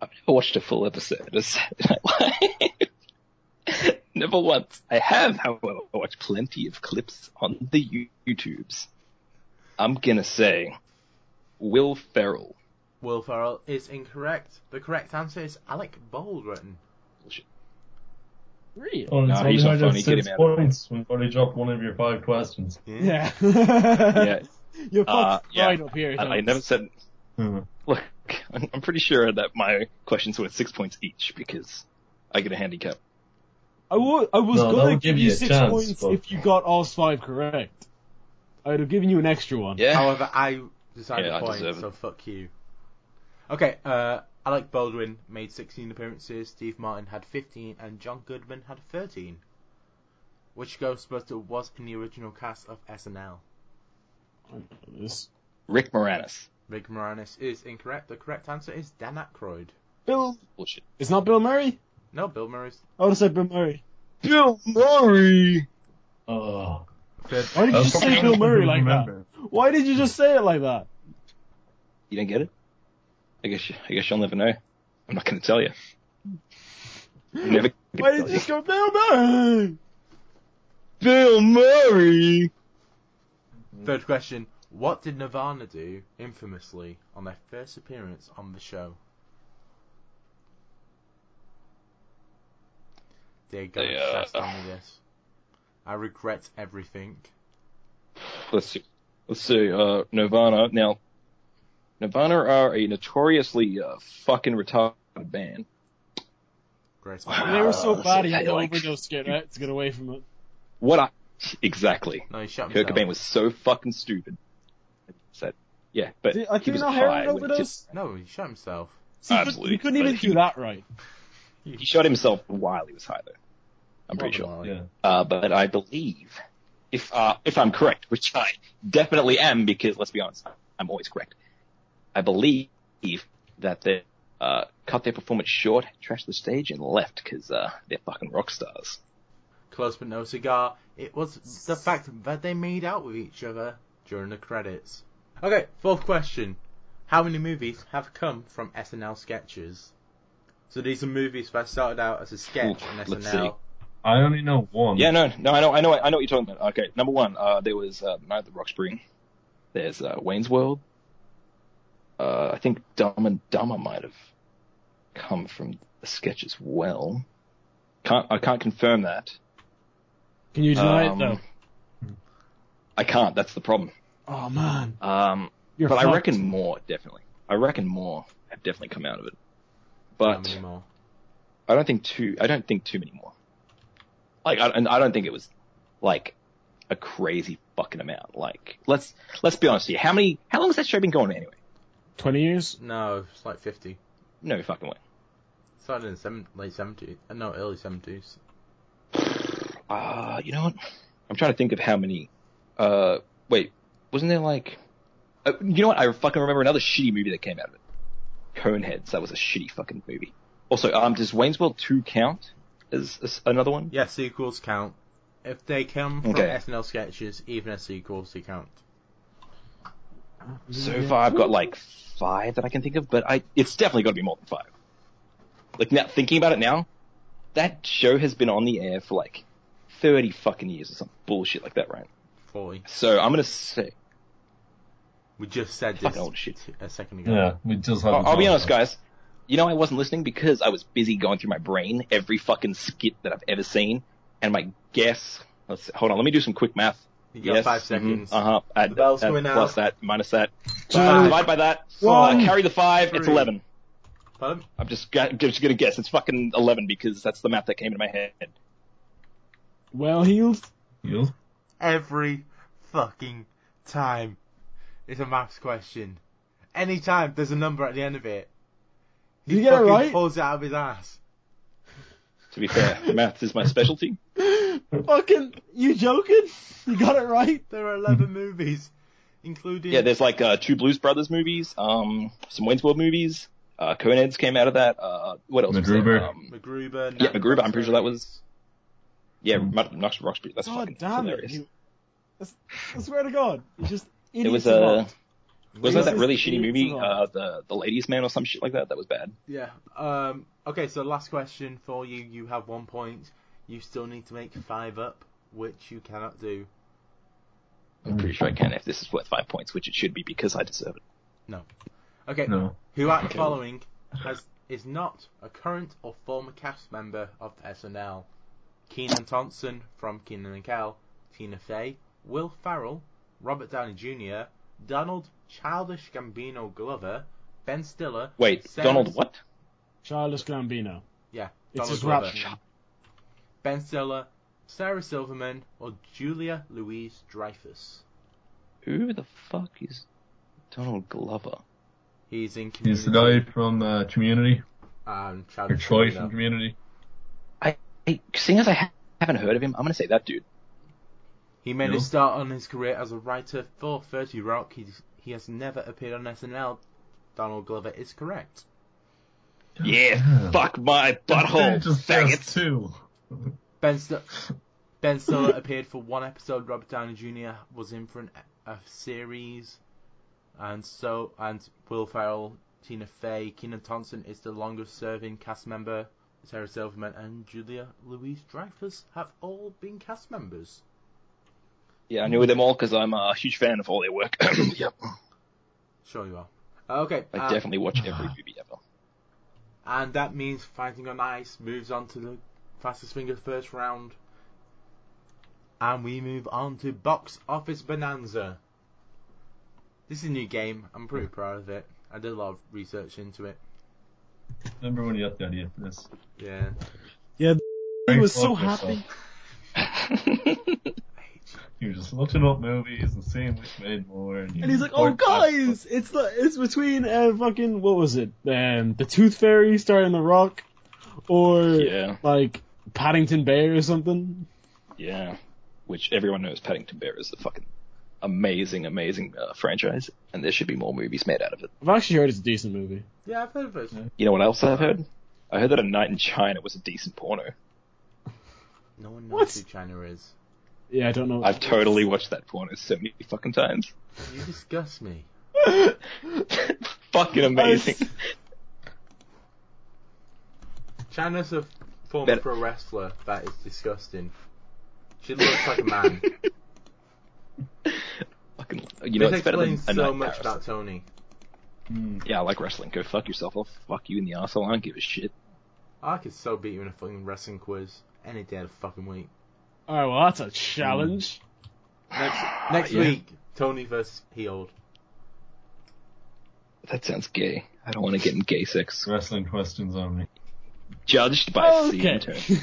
S4: I've never watched a full episode of Saturday Night Live. <laughs> never once. I have, however, watched plenty of clips on the You- YouTubes. I'm gonna say Will Ferrell.
S1: Will Ferrell is incorrect. The correct answer is Alec Baldwin.
S2: Really?
S3: Oh, it's
S4: Nah,
S3: only
S4: he's
S3: hard
S4: not
S3: to have
S4: funny. Get
S3: Six
S4: him out of
S3: points. We've already dropped one of your five questions.
S2: Yeah.
S4: Yeah,
S2: <laughs> You're fucked
S4: Uh, yeah.
S2: Oh, right up here.
S4: I, I
S2: Thomas.
S4: never said.
S3: Hmm.
S4: Look, <laughs> I'm, I'm pretty sure that my questions were six points each because I get a handicap.
S2: I wa- I was
S3: No, that
S2: gonna
S3: would
S2: give
S3: give
S2: you
S3: you a
S2: six
S3: chance,
S2: points
S3: but-
S2: if you got all five correct. I would have given you an extra one.
S4: Yeah.
S1: However, I decided
S4: Yeah, I
S1: the point,
S4: deserve it.
S1: so fuck you. Okay, uh, Alec Baldwin made 16 appearances, Steve Martin had 15, and John Goodman had 13. Which Ghostbuster was in the original cast of SNL?
S2: This-
S4: Rick Moranis.
S1: Rick Moranis is incorrect. The correct answer is Dan Aykroyd.
S2: Bill.
S4: Bullshit.
S2: It's not Bill Murray?
S1: No, Bill Murray's
S2: I would have said Bill Murray.
S4: Bill Murray.
S3: Oh.
S1: third.
S2: Why did you
S3: That's
S2: just
S3: probably
S2: say Bill
S3: what I
S2: Murray like that?
S3: remember.
S2: Why did you just say it like that?
S4: You didn't get it? I guess you, I guess you'll never know. I'm not going to tell you. I'm never
S2: <laughs> Why did
S4: gonna tell
S2: you
S4: you.
S2: just go Bill Murray?
S4: <laughs> Bill Murray. Mm.
S1: Third question. What did Nirvana do, infamously, on their first appearance on the show? Dear God,
S4: They, uh,
S1: obsessed with this. I regret everything.
S4: Let's see. Let's see. Uh, Nirvana. Now, Nirvana are a notoriously uh, fucking retarded band.
S1: Grace.
S2: They were so
S4: Uh,
S2: bad he
S4: so
S2: had
S4: they,
S2: to
S4: like-
S2: overdose to get, right, to get away from it.
S4: What I <laughs> exactly?
S1: No, he shot
S4: Kurt
S1: himself.
S4: Cobain was so fucking stupid. Said, yeah, but
S2: Did, I
S4: he
S2: think
S4: was
S2: not
S4: high
S2: heroin
S4: when he,
S2: overdose.
S4: just,
S1: No, he shot himself.
S2: See, but
S4: Absolutely.
S2: we couldn't even
S4: But he-
S2: do that right.
S4: he shot himself while he was high though. I'm pretty sure.
S1: Probably.
S3: Yeah.
S4: uh, but I believe, if uh, if I'm correct, which I definitely am, because let's be honest, I'm always correct. I believe that they uh, cut their performance short, trashed the stage, and left because uh, they're fucking rock stars.
S1: Close but no cigar. It was the fact that they made out with each other during the credits. Okay, fourth question. How many movies have come from SNL sketches? So these are movies that started out as a sketch
S4: Oof,
S1: in SNL.
S4: let's
S3: I only know one.
S4: Yeah, no, no, I know, I know, I know what you're talking about. Okay, number one, uh, there was uh, Night at the Rock Spring. There's uh, Wayne's World. Uh, I think Dumb and Dumber might have come from the sketch as well. Can't I can't confirm that.
S2: Can you deny
S4: Um,
S2: it though?
S4: I can't. That's the problem.
S2: Oh man,
S4: Um,
S2: you're
S4: but I
S2: fucked.
S4: reckon more definitely. I reckon more have definitely come out of it.
S1: How
S4: But
S1: many more?
S4: I don't think too. I don't think too many more. Like, I, and I don't think it was like a crazy fucking amount. Like, let's let's be honest here. How many? How long has that show been going anyway?
S2: twenty years.
S1: No, it's like 50.
S4: No fucking way.
S1: Started in the seven, late 70s. uh, No, early 70s.
S4: Uh, you know what? I'm trying to think of how many. Uh, wait, wasn't there like? Uh, you know what? I fucking remember another shitty movie that came out of it. Coneheads. That was a shitty fucking movie. Also, um, does Wayne's World 2 count as, as another one?
S1: Yeah, sequels count. If they come from
S4: Okay.
S1: SNL sketches, even as sequels, they count.
S4: So far, I've got like five that I can think of, but I it's definitely got to be more than five. Like now, thinking about it now, that show has been on the air for like thirty fucking years or some bullshit like that, right?
S1: 40.
S4: So I'm gonna say,
S1: We just said this
S4: Fucking old shit.
S1: t- a second ago.
S3: Yeah, we just have.
S4: I'll, I'll be honest, guys. You know, I wasn't listening because I was busy going through my brain every fucking skit that I've ever seen, and my guess. Let's hold on, let me do some quick math.
S1: You got five seconds.
S4: Uh huh. Add,
S1: The bell's
S4: add,
S1: coming out.
S4: plus that, minus that.
S2: Two,
S4: Uh, divide by that.
S2: one,
S4: uh, carry the five. It's
S2: three.
S4: eleven.
S1: Pardon?
S4: I'm just, ga- just gonna guess. It's fucking eleven because that's the math that came into my head.
S2: Well healed.
S3: You?
S1: Every fucking time. It's a maths question. Anytime there's a number at the end of it.
S2: Did you get it
S1: fucking
S2: right?
S1: pulls it out of his ass.
S4: To
S1: <laughs>
S4: be fair, math is my specialty.
S2: <gasps> Fucking, you joking? You got it right?
S1: There are 11 movies, including.
S4: Yeah, there's like uh, two Blues Brothers movies, um, some Wayne's World movies. Uh, Conan's came out of that. Uh, what else? was there?
S3: MacGruber.
S4: Um,
S1: MacGruber.
S4: Yeah,
S1: Nat
S4: MacGruber, I'm pretty sure that was-
S1: Series.
S4: yeah, Mad- Knox Roxbury. That's
S2: God
S4: fucking
S2: Oh, damn
S4: hilarious.
S2: it. You, I swear to God. You just
S4: It
S2: idiots
S4: was
S2: a
S4: uh,
S2: lot.
S4: wasn't that
S2: Racist
S4: that really shitty
S2: idiots
S4: movie,
S2: a
S4: uh,
S2: lot.
S4: the the Ladies Man or some shit like that? That was bad.
S1: Yeah. Um. Okay. So last question for you. You have one point. You still need to make five up, which you cannot do.
S4: I'm pretty sure I can if this is worth five points, which it should be because I deserve it.
S1: Okay.
S3: No.
S1: Who out of the
S4: Okay.
S1: following has is not a current or former cast member of SNL? Keenan Thompson from Keenan and Kel, Tina Fey, Will Farrell, Robert Downey Jr., Donald Childish Gambino Glover, Ben Stiller.
S4: Wait,
S1: Sarah-
S4: Donald what?
S2: Childish Gambino.
S1: Yeah,
S2: It's
S1: Donald
S2: his
S1: Glover.
S2: rap.
S1: Ben Stiller, Sarah Silverman, or Julia Louise Dreyfus.
S4: Who the fuck is Donald Glover?
S1: He's in
S3: He's
S1: Community
S3: the guy from uh, Community,
S1: and Childish
S3: or Troy
S1: Gambino.
S3: from Community.
S4: Hey, seeing as I ha- haven't heard of him, I'm gonna say that dude.
S1: He made
S3: No.
S1: a start on his career as a writer for 30 Rock. He, he has never appeared on SNL. Donald Glover is correct.
S4: Yeah,
S3: Yeah.
S4: fuck my butthole,
S3: Dude just
S4: faggots.
S3: guessed two.
S1: Ben, St- ben Stiller appeared for one episode. Robert Downey Jr. was in for an, a series, and so and Will Ferrell, Tina Fey, Keenan Thompson is the longest-serving cast member. Sarah Silverman and Julia Louise Dreyfus have all been cast members.
S4: Yeah, I knew them all because I'm a huge fan of all their work. yep,
S1: Sure you are. Okay.
S4: I
S1: uh,
S4: definitely watch every movie ever.
S1: And that means Fighting on Ice moves on to the fastest finger first round. And we move on to Box Office Bonanza. This is a new game. I'm
S4: Mm.
S1: pretty proud of it. I did a lot of research into it.
S3: Remember when you had the idea for this?
S1: Yeah.
S2: He was so
S3: Fuck yourself.
S2: happy.
S4: <laughs>
S1: I hate you.
S3: You were just looking up movies and seeing which made more. And, you
S2: And he's like, "Oh,
S4: uh,
S3: worked out-
S2: guys, it's the it's between uh, fucking what was it? Um, the Tooth Fairy starring The Rock, or
S4: Yeah.
S2: like Paddington Bear or something."
S4: Yeah, which everyone knows Paddington Bear is a fucking amazing, amazing uh, franchise, and there should be more movies made out of it.
S2: I've actually heard it's a decent movie.
S1: Yeah, I've heard of it.
S4: You know what else I've heard? I heard that A Night in China was a decent porno.
S1: No one knows
S2: What?
S1: who China is.
S2: Yeah, I don't know.
S4: I've totally watched that porno so many fucking times. <laughs>
S1: You disgust me.
S4: fucking amazing.
S2: Nice.
S1: China's a former
S4: Better-
S1: pro wrestler. That is disgusting. She looks like a man.
S4: Fucking, <laughs> you know,
S1: this
S4: it's better than
S1: explains
S4: A Night
S1: so
S4: in
S1: much
S4: Paris.
S1: about Tony.
S3: Hmm.
S4: Yeah, I like wrestling. Go fuck yourself. I'll fuck you in the arsehole. I don't give a shit.
S1: I could so beat you in a fucking wrestling quiz any day of the fucking week.
S2: All right, well, that's a challenge.
S1: Next, next
S4: Yeah.
S1: week, Tony versus Healed.
S4: That sounds gay. I don't want to get in gay sex.
S3: Wrestling questions only.
S4: Judged by
S2: okay.
S4: C.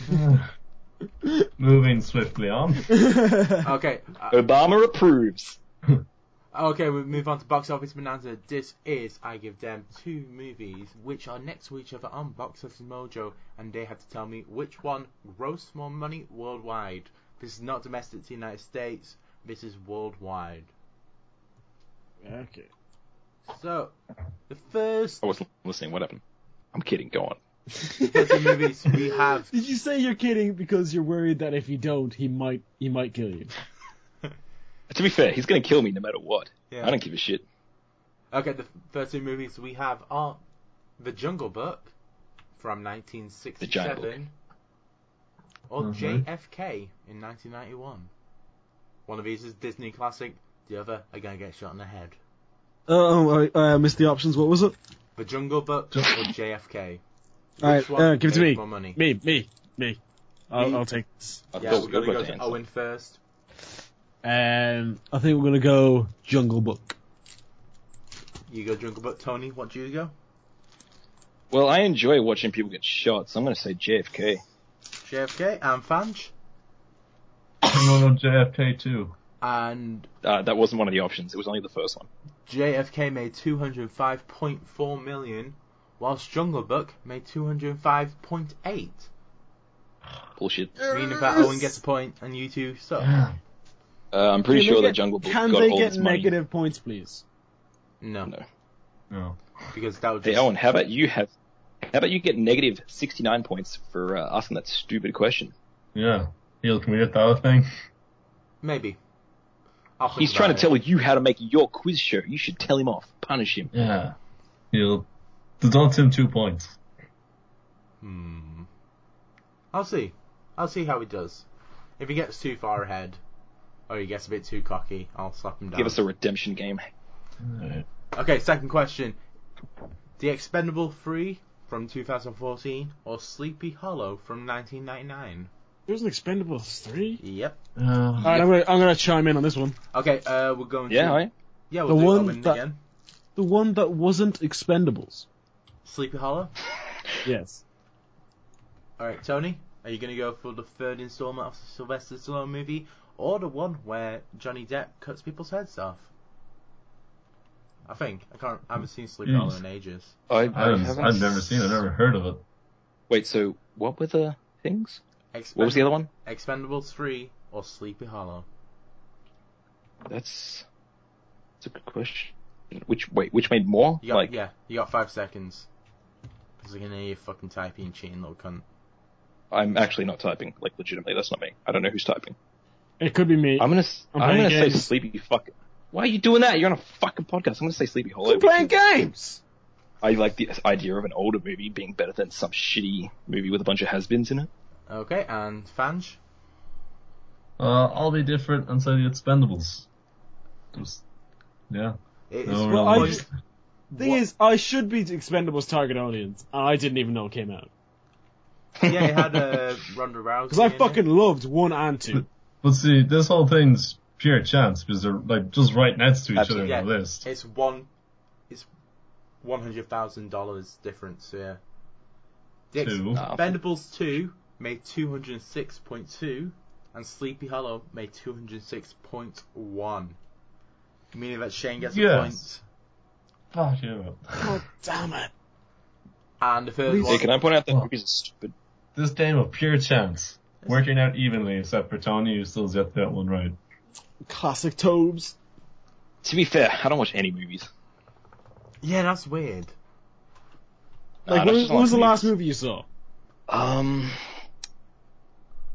S3: <sighs>
S2: <laughs>
S3: Moving swiftly on.
S1: Okay, uh,
S4: Obama approves.
S1: okay, we move on to box office bonanza. This is I give them two movies which are next to each other on Box Office Mojo, and they have to tell me which one grossed more money worldwide. This is not domestic to the United States. This is worldwide.
S2: okay.
S1: So, the first
S4: Oh, I wasn't listening. What happened? I'm kidding. Go on.
S1: Because the movies we have.
S2: <laughs> Did you say you're kidding because you're worried that if you don't, he might he might kill you?
S4: To be fair, he's gonna kill me no matter what.
S1: Yeah.
S4: I don't give a shit.
S1: Okay, the first two movies we have are The Jungle Book from
S4: The Jungle
S1: 1967 or
S3: Mhm.
S1: JFK in 1991. One of these is Disney classic, the other are going to get shot in the head.
S2: Oh, I, I missed the options. What was it?
S1: The Jungle Book or
S3: Ju-
S1: JFK?
S2: All right,
S1: Which one
S2: uh, give it to
S1: pays
S2: me.
S1: More money?
S2: Me, me, me. I'll,
S1: Me.
S2: I'll take this.
S4: I've
S1: Yeah,
S4: got-
S1: we're
S4: I've
S1: going to go
S4: got to
S1: to
S4: answer.
S1: Owen first.
S2: Um, I think we're gonna go Jungle Book.
S1: You go Jungle Book. Tony, what do you go?
S4: Well, I enjoy watching people get shot, so I'm gonna say JFK.
S1: JFK and Fanch.
S3: I'm going on JFK <sighs> too.
S1: And
S4: Uh, that wasn't one of the options. It was only the first one.
S1: JFK made 205.4 million, whilst Jungle Book made 205.8.
S4: Bullshit.
S1: Meaning
S2: uh,
S1: that Owen gets a point and you two suck.
S2: <sighs>
S3: Yeah.
S4: Uh, I'm pretty
S2: Can they
S4: sure that
S2: get-
S4: Jungle Book
S2: Can
S4: got
S2: they
S4: all
S2: get
S4: this money.
S2: negative points, please?
S1: No,
S4: No.
S3: No.
S1: because that would
S4: Hey
S1: just.
S4: Owen, how about you have? How about you get negative 69 points for uh, asking that stupid question?
S3: Yeah. He'll commit that thing.
S1: Maybe. I'll think
S4: He's
S1: about
S4: trying
S1: it.
S4: to tell you how to make your quiz show. You should tell him off. Punish him.
S3: Yeah. He'll deduct him two points.
S1: Hmm. I'll see. I'll see how he does. If he gets too far ahead, or he gets a bit too cocky, I'll slap him down.
S4: Give us a redemption game.
S3: Alright.
S1: Okay, second question. The Expendable 3 from 2014 or Sleepy Hollow from 1999?
S2: There's an Expendables three.
S1: Yep.
S3: Uh,
S2: All right, I'm gonna I'm gonna chime in on this one.
S1: Okay, uh, we're going
S4: Yeah,
S1: to...
S4: I.
S1: Yeah, we'll
S2: The
S1: do
S2: one
S1: Owen
S2: that-
S1: again.
S2: The one that wasn't Expendables.
S1: Sleepy Hollow.
S2: Yes.
S1: Alright, Tony, are you going to go for the third installment of the Sylvester Stallone movie or the one where Johnny Depp cuts people's heads off? I think. I can't. I haven't seen Sleepy
S2: Mm.
S3: Jeez.
S1: Hollow in ages.
S4: I,
S3: I haven't- I've never seen it, I've never heard of it.
S4: Wait, so what were the things?
S1: Expend-
S4: What was the other one?
S1: Expendables 3 or Sleepy Hollow?
S4: That's that's a good question. Which wait, which made more?
S1: You got,
S4: like
S1: yeah, you got five seconds. Because I can hear you fucking typing, cheating little cunt.
S4: I'm actually not typing. Like legitimately, that's not me. I don't know who's typing.
S2: It could be me.
S4: I'm gonna s-
S2: I'm
S4: I'm, gonna
S2: playing
S4: say
S2: games.
S4: sleepy fuck. Why are you doing that? You're on a fucking podcast. I'm gonna say sleepy hollow.
S2: I'm playing games.
S4: I like the idea of an older movie being better than some shitty movie with a bunch of has-beens in it.
S1: Okay, and Fange?
S3: Uh, I'll be different and say the Expendables. Just, yeah.
S1: It's
S3: No
S2: Well,
S3: real
S2: I
S3: worries.
S2: just- Thing is, I should be Expendables target audience, and I didn't even know it came out
S1: yeah, it had uh,
S2: <laughs>
S1: Ronda Rousey.
S2: because I
S1: in it.
S2: fucking loved one and
S4: <laughs>
S2: two.
S3: But see, this whole thing's pure chance because they're like just right next to each other
S4: Absolutely.
S1: Yeah,
S3: on the list.
S1: it's one, it's one hundred thousand dollars difference. Yeah. The
S3: Two.
S4: Nah.
S1: Expendables two made two hundred six point two, and Sleepy Hollow made two hundred six point one. Meaning that Shane gets a
S3: Yes.
S1: point.
S3: Fuck you.
S2: God damn it!
S1: And the third
S3: Please.
S4: Hey,
S1: one,
S4: can I point out that
S3: Well-
S4: movies are stupid?
S3: This game of pure chance. Working out evenly, except for Tony, who still's got that one right.
S2: Classic Tobes.
S4: To be fair, I don't watch any movies.
S1: yeah, that's weird.
S4: Nah,
S2: Like, what,
S4: that's Uh, just
S2: what
S4: not
S2: was the
S4: movies.
S2: last movie you saw?
S4: Um,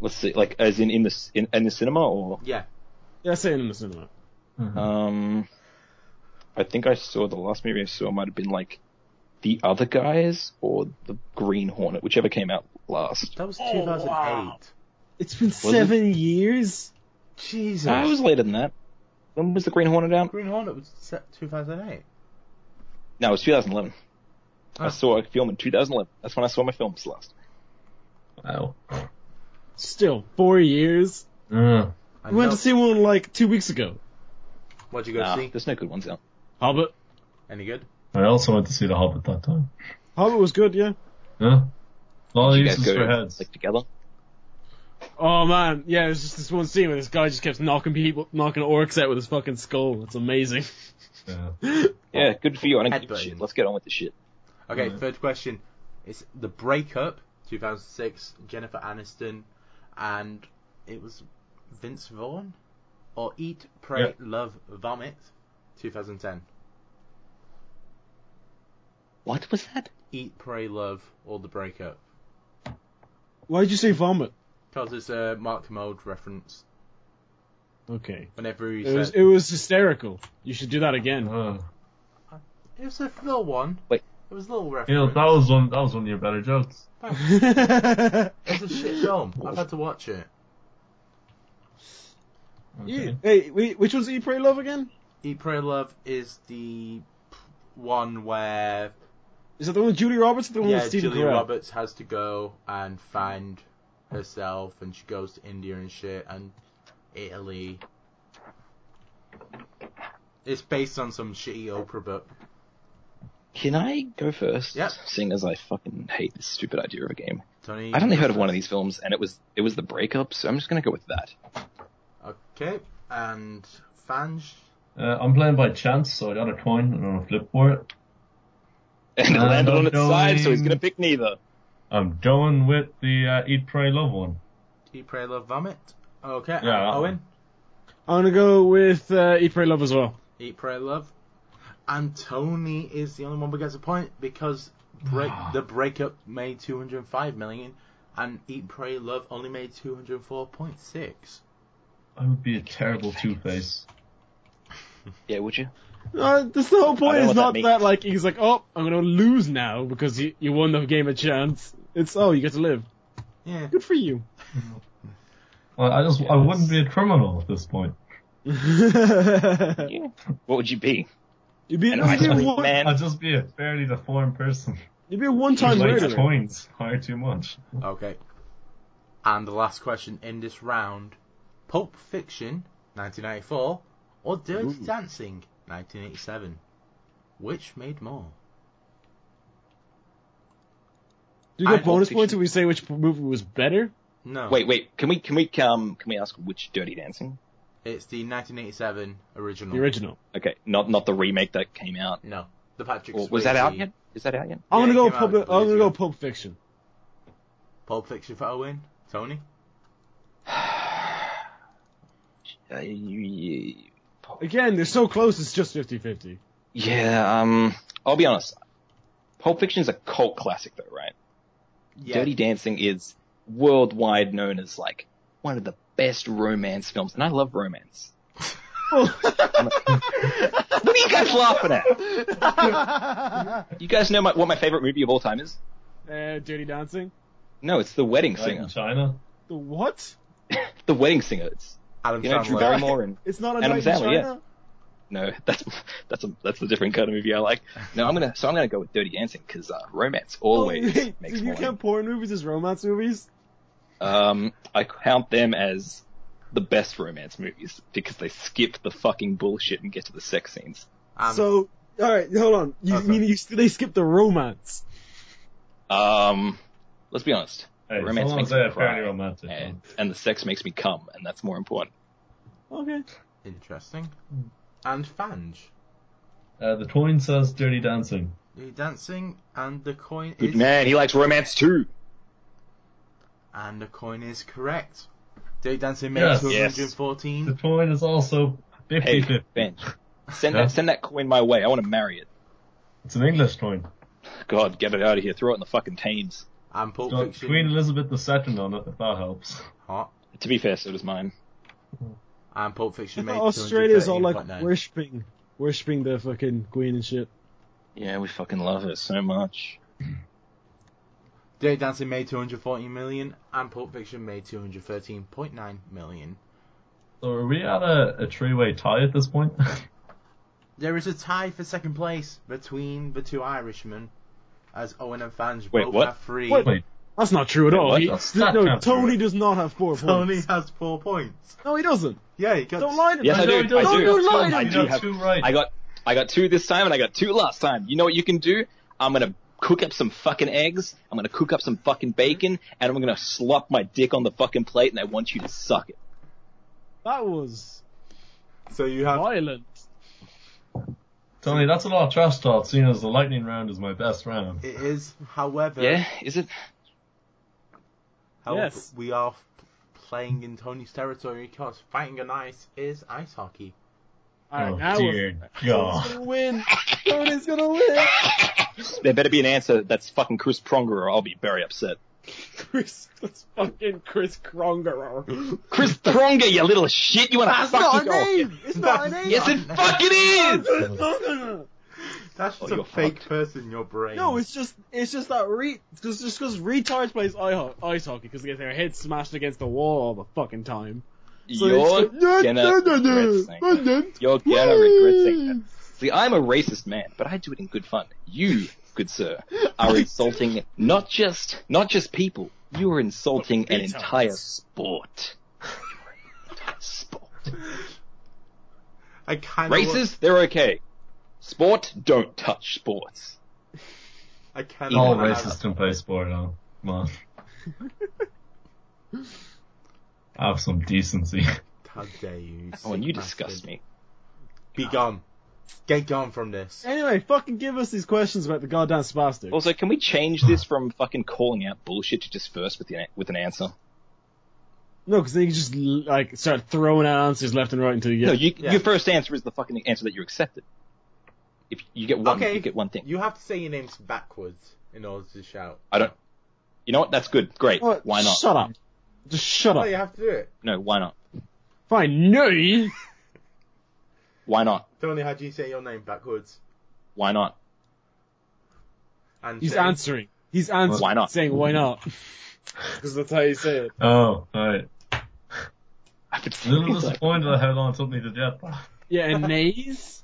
S4: let's see, like as in in the c- in, in the cinema or
S1: Yeah,
S2: Yeah, say it in the cinema.
S4: um, I think I saw the last movie I saw might have been like the other guys or the Green Hornet, whichever came out last.
S1: that was two
S2: Oh,
S1: thousand eight.
S2: wow. It's been
S4: it?
S2: seven years.
S1: Jesus.
S4: I was later than that. When was the Green Hornet out?
S1: Green Hornet was set two thousand eight.
S4: No, it was 2011. I
S1: Ah.
S4: saw a film in 2011. That's when I saw my films last.
S3: Wow.
S2: Still four years.
S3: Uh,
S1: I
S2: We went
S1: know-
S2: to see one like two weeks ago.
S1: What'd you go
S4: Nah,
S1: see?
S4: there's no good ones out.
S2: Hobbit.
S1: Any good?
S3: I also went to see The Hobbit that time.
S2: Hobbit was good, yeah.
S3: Yeah. All
S4: Did you
S3: uses
S4: guys go
S3: for heads.
S4: like together?
S2: Oh man, yeah. There's just this one scene where this guy just kept knocking people, knocking orcs out with his fucking skull. It's amazing. <laughs>
S3: Yeah.
S4: Yeah, good for you. I don't give a
S1: Headbutting.
S4: shit. Let's get on with the shit.
S1: Okay,
S3: Mm.
S1: third question. It's the breakup, 2006, Jennifer Aniston, and it was Vince Vaughn, or Eat, Pray,
S3: Yeah.
S1: Love, Vomit, 2010.
S4: What was that?
S1: Eat, Pray, Love, or The Breakup.
S2: Why'd you say vomit?
S1: Because it's a Mark Commode reference.
S2: Okay.
S1: Whenever he
S2: It was
S1: says,
S2: it was hysterical. You should do that again.
S3: Uh,
S1: it was a little one.
S4: Wait.
S1: It was a little reference.
S3: you know, that was one. That was one of your better jokes.
S1: It's a shit film. I've had to watch it.
S2: <laughs> Yeah. Hey, wait, which one's Eat Pray Love again?
S1: Eat, Pray, Love is the one where
S2: Is that the one with Julie Roberts or the one
S1: yeah,
S2: with Stephen
S1: Julia
S2: Carell?
S1: Roberts has to go and find herself, and she goes to India and shit, and Italy. It's based on some shitty Oprah book.
S4: Can I go first?
S1: Yep.
S4: Seeing as I fucking hate this stupid idea of a game.
S1: Tony,
S4: I'd only heard of one of these films, and it was it was the breakup, so I'm just gonna go with that. <laughs>
S1: Okay, and Fange.
S3: Uh, I'm playing by chance, so I got a coin and I'm gonna flip for it.
S4: And it
S3: I'm
S4: landed on its side, so he's
S3: going-
S4: gonna pick neither.
S3: I'm going with the uh, Eat, Pray, Love one.
S1: Eat, pray, love, vomit. Okay,
S3: Yeah, that
S1: Owen.
S2: I'm gonna go with uh, Eat Pray Love as well.
S1: Eat, pray, love. And Tony is the only one who gets a point because
S3: <sighs>
S1: break, the breakup made 205 million, and Eat, pray, love only made 204.6.
S3: I would be a terrible Two Face.
S4: Yeah, would you?
S2: Uh, that's the whole point.
S4: know
S2: Is
S4: what that
S2: not that,
S4: means.
S2: like he's like, oh, I'm gonna lose now because you, you won the game a chance. It's oh, you get to live.
S1: Yeah.
S2: Good for you.
S3: Well, I just I wouldn't be a criminal at this point.
S2: You'd
S4: <laughs> Yeah. What would you be?
S2: be,
S4: An
S2: you'd be, a
S4: isolated
S2: one,
S4: man?
S3: I'd just be a fairly deformed person.
S2: you'd be a one-time
S3: Like
S2: murderer.
S3: coins higher too much.
S1: Okay. And the last question in this round Pulp Fiction, 1994, or Dirty
S2: Ooh.
S1: Dancing, 1987. Which made more?
S2: Do you
S1: I-
S2: get bonus
S4: Pulp
S2: points
S4: Fiction.
S2: if we say which movie was better?
S1: No.
S4: Wait, wait. Can we can we um can we ask which Dirty Dancing?
S1: It's the 1987 original.
S2: The original.
S4: Okay, not not the remake that came out.
S1: No. The Patrick
S4: Or, was that
S1: Swayze-
S4: out yet? Is that out yet?
S2: I'm
S1: Yeah,
S2: gonna go.
S1: it came out
S2: Pulp,
S1: a
S2: I'm
S1: couple years
S2: gonna go
S1: ago.
S2: Pulp Fiction.
S1: Pulp Fiction for Owen. Tony?
S4: Uh, you- you-
S2: Again, they're so close. It's just
S4: <laughs>
S2: 50-50.
S4: yeah. Um, I'll be honest. Pulp Fiction is a cult classic, though, right?
S1: Yeah.
S4: Dirty Dancing is worldwide known as like one of the best romance films, and I love romance. what are you guys laughing at? You guys know my, what my favorite movie of all time is?
S2: Uh, Dirty Dancing.
S4: No, it's The Wedding
S3: Like
S4: Singer.
S3: in China.
S2: The what?
S4: The Wedding Singer. It's
S1: Adam
S4: you know Drew
S1: Sandler.
S4: Barrymore and
S2: It's not a
S4: Adam
S2: night in
S4: Sandler, yeah.
S2: China.
S4: no, that's that's a that's a different kind of movie I like. No, I'm gonna so I'm gonna go with Dirty Dancing because uh, romance always
S2: Oh, <laughs> wait,
S4: makes
S2: do you
S4: more.
S2: count porn movies as romance movies?
S4: Um, I count them as the best romance movies because they skip the fucking bullshit and get to the sex scenes.
S1: Um,
S2: so, all right, hold on. You
S1: Oh, sorry.
S2: mean you, they skipped the romance?
S4: Um, let's be honest.
S3: Hey,
S4: romance
S3: someone
S4: makes
S3: say
S4: me
S3: a fairly
S4: cry,
S3: romantic.
S4: and,
S3: one.
S4: and the sex makes me cum, and that's more important.
S2: Okay.
S1: Interesting. And Fange.
S3: Uh, the coin says Dirty Dancing.
S1: The dancing and the coin
S4: Good
S1: is
S4: man, he likes romance too.
S1: and the coin is correct. Dirty Dancing
S3: Yes.
S1: makes
S4: Yes.
S1: 214.
S3: The coin is also <laughs>
S4: Hey,
S3: 50
S4: Ben, send
S3: Huh?
S4: that send that coin my way. I want to marry it.
S3: It's an English coin.
S4: God, get it out of here. Throw it in the fucking Thames.
S1: And Pulp
S3: Got
S1: Fiction.
S3: Queen Elizabeth II on it, if that helps.
S1: Hot.
S4: To be fair, so does mine.
S1: And Pulp Fiction made
S2: Australia's all like
S1: 213.9.
S2: worshipping, worshipping the fucking queen and shit.
S4: Yeah, we fucking love her so much.
S1: Dirty Dancing made 240 million, and Pulp Fiction made 213.9 million.
S3: So are we at a, a three-way tie at this point?
S1: There is a tie for second place between the two Irishmen, as Owen and Fange
S4: Wait,
S1: both
S4: what?
S1: have three.
S2: What?
S3: Wait,
S2: That's not true at all.
S4: What?
S2: He,
S3: That's not
S2: no,
S3: true.
S2: Tony does not have four
S1: Tony
S2: points.
S1: has four points.
S2: No, he doesn't.
S1: Yeah, he got.
S2: Don't lie to
S4: Yes,
S2: me.
S4: I do. I do.
S2: Don't you lie to
S4: I
S2: me.
S4: do
S3: You got
S4: have
S3: two right.
S4: I got I got two this time, and I got two last time. You know what you can do? I'm gonna cook up some fucking eggs. I'm gonna cook up some fucking bacon, and I'm gonna slop my dick on the fucking plate, and I want you to suck it.
S2: That was
S1: So you
S4: Uh,
S1: have.
S2: violent.
S3: Tony, that's a lot of trash talk, seeing as the lightning round is my best round.
S1: It is, however,
S4: Yeah, is it?
S1: however
S2: Yes.
S1: we are playing in Tony's territory because fighting on ice is ice hockey.
S2: Alright,
S3: oh
S2: now
S3: dear
S2: Cody's
S3: God.
S2: gonna win. Cody's gonna win.
S4: There better be an answer that's fucking Chris Pronger or I'll be very upset.
S2: Chris, that's fucking Chris Kronger.
S4: Chris Pronger, you little shit, you wanna
S1: That's
S4: fucking
S1: not a
S4: go?
S1: name! It's not a name!
S4: Yes, it fucking
S2: <laughs>
S4: is!
S1: <laughs> That's just
S4: Oh,
S1: a
S4: you're
S1: fake
S4: fucked.
S1: person in your brain.
S2: No, it's just it's just that re because just because retards plays ice ho- ice hockey because they get their heads smashed against the wall all the fucking time. So
S4: You're
S2: it's
S1: <laughs>
S2: like,
S4: gonna
S2: "No, no, no, no,
S4: regret saying
S2: no,
S4: that.
S2: no."
S4: You're gonna regret saying that. See, I'm a racist man, but I do it in good fun. You, good sir,
S1: <laughs>
S4: are insulting not just not just people. You are insulting an
S2: Retards.
S4: entire sport. <laughs> You're an entire sport.
S1: I kind of
S4: Races, they're okay. Sport, don't touch sports.
S1: I kind
S4: All
S3: All
S1: of
S3: racists can play sport now. Come on. Have some decency. <laughs>
S1: How dare you? you
S4: Oh, and
S1: sick
S4: you
S1: bastard.
S4: disgust me.
S1: Be gone. Get gone from this.
S2: Anyway, fucking give us these questions about the goddamn spastic.
S4: Also, can we change this from fucking calling out bullshit to just first with the, with an answer?
S2: No, because then you can just like start throwing out answers left and right until you get.
S4: No, you,
S1: Yeah.
S4: your first answer is the fucking answer that you accepted. If you get one,
S1: Okay.
S4: you get one thing.
S1: You have to say your names backwards in order to shout.
S4: I don't. You know what? That's good. Great.
S2: What?
S4: Why not?
S2: Oh, Shut up. Just shut
S1: No,
S2: up.
S1: you have to do it.
S4: No, why not?
S2: Fine. No.
S4: Why not?
S1: Tony, how do you say your name backwards?
S4: Why not?
S1: And
S2: He's
S1: say-
S2: answering. He's answering.
S4: Why not?
S2: Saying why <laughs> not? Because that's how you say it.
S3: Oh, alright.
S4: I've been
S3: A little disappointed at how long it took me to get that.
S2: Yeah, Anais.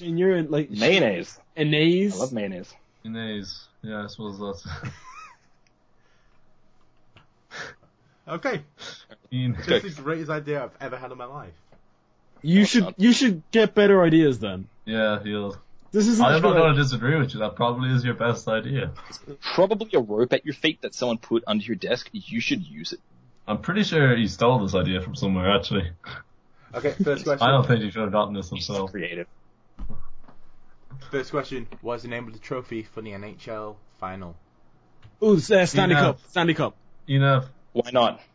S2: And you're in like
S4: mayonnaise.
S2: Anais.
S4: I love mayonnaise.
S3: <laughs> Inez. Yeah, I suppose that's. <laughs>
S1: Okay,
S3: Inez.
S1: this is the greatest idea I've ever had in my life.
S2: You should
S4: not.
S2: you should get better ideas then.
S3: Yeah, he'll.
S2: This isn't. the
S3: I'm not
S2: show-
S3: going to disagree with you. That probably is your best idea.
S4: Probably a rope at your feet that someone put under your desk. You should use it.
S3: I'm pretty sure he stole this idea from somewhere, actually.
S1: Okay, first
S3: I
S1: question.
S3: don't think he should have gotten this himself.
S4: Creative.
S1: First question. What's the name of the trophy for the NHL final?
S2: Ooh, it's, uh, Stanley
S3: You know.
S2: Cup. Stanley Cup.
S3: Enough.
S4: Why not? <laughs>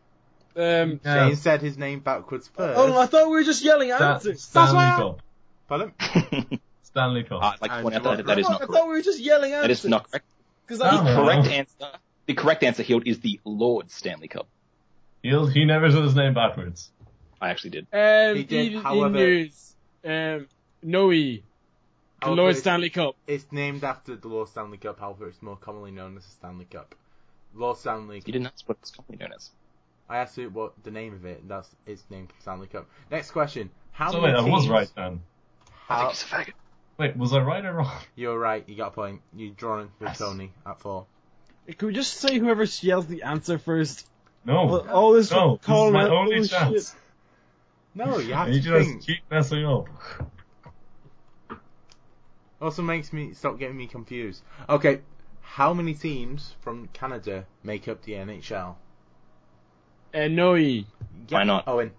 S2: Um.
S3: Yeah.
S1: Shane said his name backwards first.
S2: Oh, I thought we were just yelling
S3: That,
S2: answers.
S3: Stanley
S2: that's why I-
S3: Cup.
S1: Pardon?
S4: I'd
S3: Stanley Cup.
S4: like to
S1: And
S4: point out
S1: what-
S4: that that is
S2: I
S4: not
S2: thought
S4: correct.
S2: we were just yelling answers.
S4: That
S2: <laughs>
S4: is not correct.
S2: Because
S3: Oh.
S4: The correct
S3: Oh.
S4: answer. The correct answer, Healed, is the Lord Stanley Cup.
S3: He'll, he never said his name backwards.
S4: I actually did.
S2: Um,
S1: He did,
S2: in- in
S1: however-
S2: news, um, Noe, the
S1: However,
S2: Lord
S1: it's-
S2: Stanley Cup.
S1: It's named after the Lord Stanley Cup, however, it's more commonly known as the Stanley Cup. Lord Stanley.
S4: You didn't ask what it's commonly known as.
S1: I asked you what the name of it, and that's it's named Stanley Cup. Next question. How
S3: So wait,
S1: many
S3: I was
S1: teams-
S3: right then.
S4: I
S1: How,
S4: think it's a faggot.
S3: Wait, was I right or wrong?
S1: you're right. You got a point. You're drawing with
S3: Yes.
S1: Tony at four.
S2: Can we just say whoever yells the answer first?
S3: No.
S2: Well, oh, all this
S3: Oh. no, this
S2: calling
S3: is my
S2: out
S3: only
S2: bullshit.
S3: chance.
S1: No, you have
S3: And
S1: to
S3: you just
S1: think.
S3: keep messing up.
S1: Also makes me stop getting me confused. Okay, how many teams from Canada make up the NHL?
S2: Uh, Noe,
S4: Why not?
S1: Owen,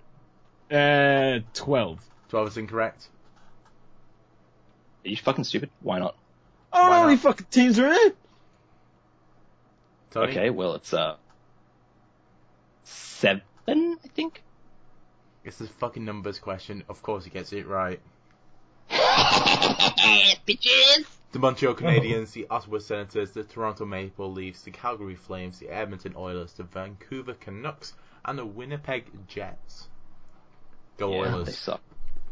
S2: uh, twelve.
S1: twelve is incorrect.
S4: Are you fucking stupid? Why not?
S2: Oh,
S1: Why
S2: how many
S1: not?
S2: fucking teams are in it?
S1: Tony,
S4: Okay, well, it's, uh, seven, I think?
S1: it's a fucking numbers question. Of course, he gets it
S4: <laughs>
S1: right. The Montreal Canadiens, the Ottawa Senators, the Toronto Maple Leafs, the Calgary Flames, the Edmonton Oilers, the Vancouver Canucks, and the Winnipeg Jets. Go
S4: Yeah, they
S1: Oilers!
S4: suck.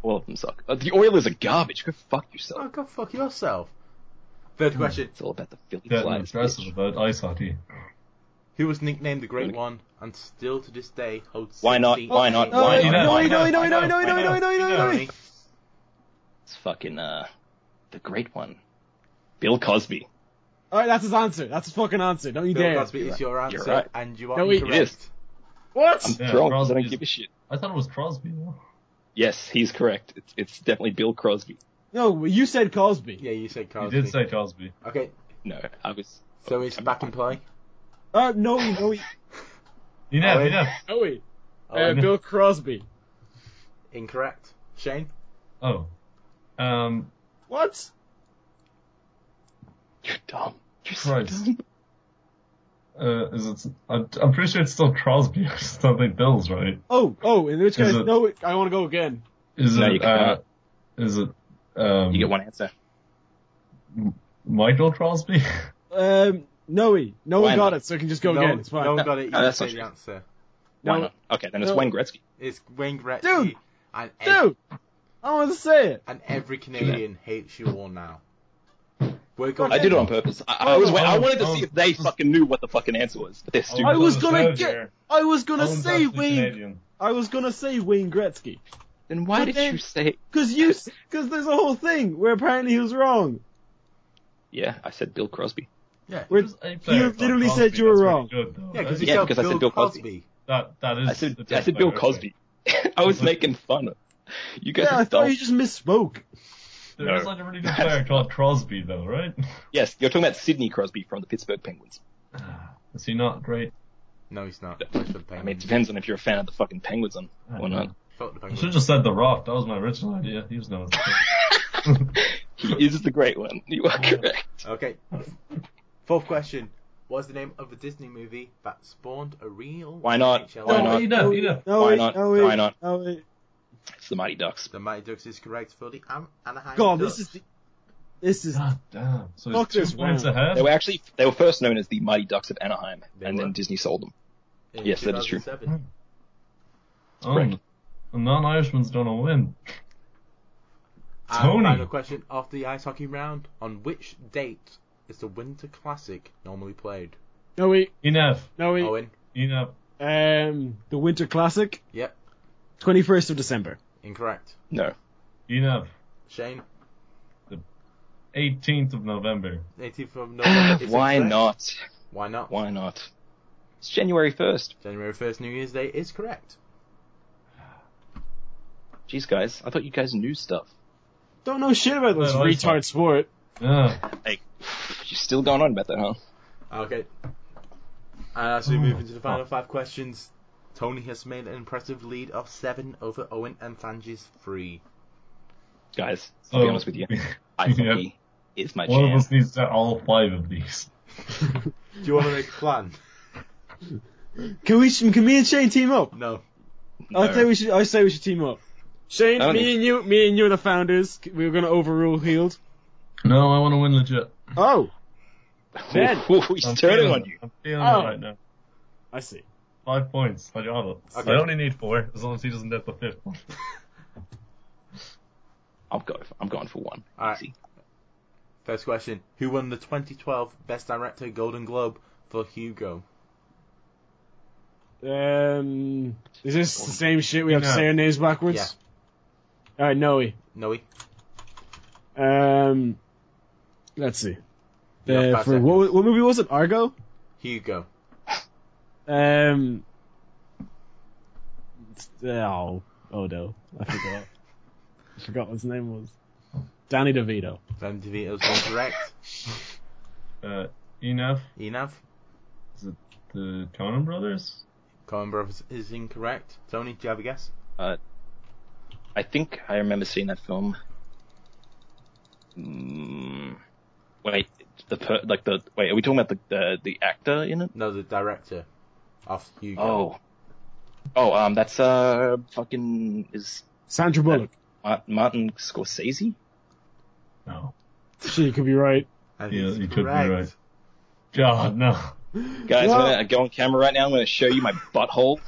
S4: All of them suck. Uh, the Oilers are garbage. Go fuck yourself.
S1: Oh, go fuck yourself. Third
S4: Hmm.
S1: question:
S4: It's all about the Philly
S3: Getting
S4: Flyers.
S3: obsessive
S4: bitch.
S3: about ice hockey.
S1: Who was nicknamed the Great
S4: Okay.
S1: One and still to this day holds?
S4: Why not?
S1: 16
S4: Why not?
S2: No,
S4: Why
S2: Oh, no,
S4: not?
S2: no,
S4: Why
S2: no,
S4: not?
S2: no, no,
S3: Why not?
S2: no, no,
S3: Why not?
S2: no, no,
S3: Why
S2: no,
S3: not?
S2: no.
S1: Tony,
S4: It's fucking uh, the great one, Bill Cosby.
S2: All right, that's his answer. That's his fucking answer. Don't you
S1: Bill
S2: dare.
S1: Cosby is your answer,
S4: You're right.
S1: and you are
S2: No, wait,
S1: incorrect.
S4: it is. I'm
S2: What?
S3: Yeah,
S4: drunk. I don't
S3: Crosby's-
S4: give a shit.
S3: I thought it was Crosby. though.
S4: Yes, he's correct. It's, it's definitely Bill Crosby.
S2: No, you said Cosby.
S1: Yeah, you said
S3: You
S1: Cosby.
S3: did say Crosby.
S1: Okay,
S4: No, I was.
S1: so it's back in play.
S2: Uh, Noe, Noe,
S3: You know,
S1: Oh,
S3: you
S1: yeah.
S3: know.
S2: Noe. Uh,
S4: Oh,
S1: Owen,
S2: Bill Crosby.
S1: incorrect. Shane,
S3: Oh. Um,
S2: What?
S4: You're dumb. You're so
S3: Christ.
S4: dumb.
S3: uh, is it? I'm, I'm pretty sure it's still Crosby. <laughs> I just don't think Bill's right.
S2: Oh, oh, in which
S3: Is
S2: case,
S3: it-
S2: no, I want to go again.
S3: Is
S4: No, you
S3: it? Uh,
S4: cannot.
S3: Is it um,
S4: You get one answer.
S3: Michael
S4: <laughs>
S3: Crosby?
S2: Um, Noe. Noe
S4: Why
S2: got
S4: not?
S2: it, so I can just go
S1: no,
S2: again. It's fine.
S1: no one got it. You
S4: No, Oh, that's
S1: say
S4: not
S1: the
S4: true.
S1: answer.
S4: Why
S2: No.
S4: not? Okay, then it's
S2: No.
S4: Wayne Gretzky.
S1: It's Wayne Gretzky.
S2: Dude!
S1: And, ev-
S2: Dude! I want to say it.
S1: and every Canadian hates you all now. Wake up.
S4: I did it on purpose. I, I was.
S3: Oh,
S4: wa- I
S3: oh,
S4: wanted to
S3: oh.
S4: see if they fucking knew what the fucking answer was, but they're stupid.
S2: I was gonna
S3: Owen's
S2: get-
S3: out
S2: I was gonna
S3: Owen's
S2: say
S3: actually
S2: Wayne.
S3: Canadian.
S2: I was gonna say Wayne Gretzky.
S4: then why
S2: but
S4: did
S2: then-
S4: you say?
S2: Cause you, s- cause there's a whole thing where apparently he was wrong.
S4: Yeah, I said Bill Crosby.
S1: Yeah.
S2: We're-
S3: He was a player,
S2: you
S3: but
S2: literally
S3: Crosby
S2: said you were
S3: is pretty
S2: wrong.
S3: Good, though.
S1: Yeah,
S3: That-
S1: because you
S4: Yeah,
S1: said
S4: because I
S1: Bill
S4: said Bill Cosby.
S1: Cosby.
S3: that, that is
S4: I said.
S3: the
S4: I
S3: best
S4: said Bill
S3: player,
S4: Cosby. <laughs> I was
S3: Like-
S4: making fun of. You guys
S2: Yeah, I
S4: are
S2: thought
S4: dumb.
S2: you just misspoke.
S3: There
S4: No.
S3: is like a really good <laughs> player called Crosby, though, right? <laughs>
S4: Yes, you're talking about Sidney Crosby from the Pittsburgh Penguins.
S3: Is he not great?
S1: No, he's not. Plays for the
S4: I mean, it
S1: Penguins.
S4: depends on if you're a fan of the fucking Penguins or
S3: I
S4: or not.
S3: know.
S1: Fuck the
S3: I should have
S4: <laughs>
S1: Penguins.
S3: just said The Rock. That was my original idea. He was known.
S4: <laughs> He is the great one. <laughs> You are correct.
S1: Okay. Fourth question. What's the name of the Disney movie that spawned a real
S4: Why not?
S1: NHL
S4: Why
S1: movie?
S4: not?
S3: Enough, enough.
S2: No,
S4: Why
S2: wait,
S4: not?
S2: no, wait,
S4: Why not?
S2: No, wait.
S4: It's the Mighty Ducks.
S1: The Mighty Ducks is correct for the An- Anaheim
S2: God,
S1: Ducks.
S2: this is, the, this is.
S3: God damn. So
S2: Fuck
S3: it's two
S2: this
S3: points
S2: round.
S3: ahead.
S4: They were actually they were first known as the Mighty Ducks of Anaheim,
S1: They
S4: and
S1: were.
S4: then Disney sold them.
S1: in
S4: yes, that is true.
S1: 2007.
S3: Oh, a non-Irishman's gonna win.
S1: And
S3: Tony.
S1: Final question of the ice hockey round. On which date is the Winter Classic normally played?
S2: No, wait,
S3: Enough.
S2: no, wait.
S1: Owen?
S3: Enough.
S2: Um, the Winter Classic,
S1: Yep.
S2: 21st of December.
S1: Incorrect.
S4: No,
S3: Enough.
S1: Shane?
S3: 18th of November.
S1: 18th
S4: <sighs>
S1: of November. is
S4: why
S1: incorrect.
S4: not?
S1: Why not?
S4: Why not? It's January first.
S1: January 1st, New Year's Day is correct.
S4: Jeez, guys, I thought you guys knew stuff.
S2: Don't know shit about this
S3: No, it's
S2: retard
S3: not.
S2: sport.
S3: Yeah.
S4: Hey, you're still going on about that, huh?
S1: Okay. Uh, so we move into the final five questions. Tony has made an impressive lead of seven over Owen and Sanji's three.
S4: Guys, I'll be
S3: <laughs>
S4: honest with you. I
S3: Oh, yeah.
S4: hockey is my
S3: One of
S4: jam.
S3: us needs to all five of these.
S1: Do you want to make a
S4: <laughs>
S1: plan?
S2: Can we? Can me and Shane team up?
S1: No.
S2: I say we should. I say we should team up. Shane,
S4: I
S2: me
S4: don't think-
S2: and you, me and you are the founders. We were gonna overrule Healed.
S3: No, I want to win legit.
S2: Oh,
S4: <laughs>
S2: Ben.
S4: Ooh, he's
S3: I'm
S4: turning
S3: feeling
S4: on
S3: it.
S4: you.
S3: I'm feeling
S2: Oh.
S3: it right now.
S2: I see.
S3: Five points. I got it.
S1: Okay.
S3: I only need four, as long as he doesn't get the fifth one.
S4: I'll go. I'm going for one.
S1: Alright.
S4: Easy.
S1: First question. Who won the 2012 Best Director Golden Globe for Hugo?
S2: Um, is this the same shit? We have to
S3: No.
S2: say our names backwards. All right, Noe.
S1: Noe?
S2: Um, let's see.
S1: You got
S2: Uh,
S1: five
S2: for what, wa- what movie was it? Argo.
S1: Hugo.
S2: Um. it's- Oh, Odo. I forgot. I forgot what his name was. Danny DeVito.
S1: Danny DeVito's incorrect.
S3: Uh, enough.
S1: Enav?
S3: The Conan brothers?
S1: Coen Brothers is incorrect. Tony, do you have a guess?
S4: Uh, I think I remember seeing that film. Mm, wait, the per, like the wait, are we talking about the the, the actor in it?
S1: No, the director of Hugo.
S4: Oh, oh, um, that's uh, fucking is
S2: Sandra Bullock.
S4: Ma- Martin Scorsese?
S3: No.
S2: She could be right.
S1: And
S3: Yeah,
S1: he's
S3: you could be
S1: correct.
S3: right. God, no.
S4: Guys,
S2: Well-
S4: I'm gonna go on camera right now. I'm gonna show you my butthole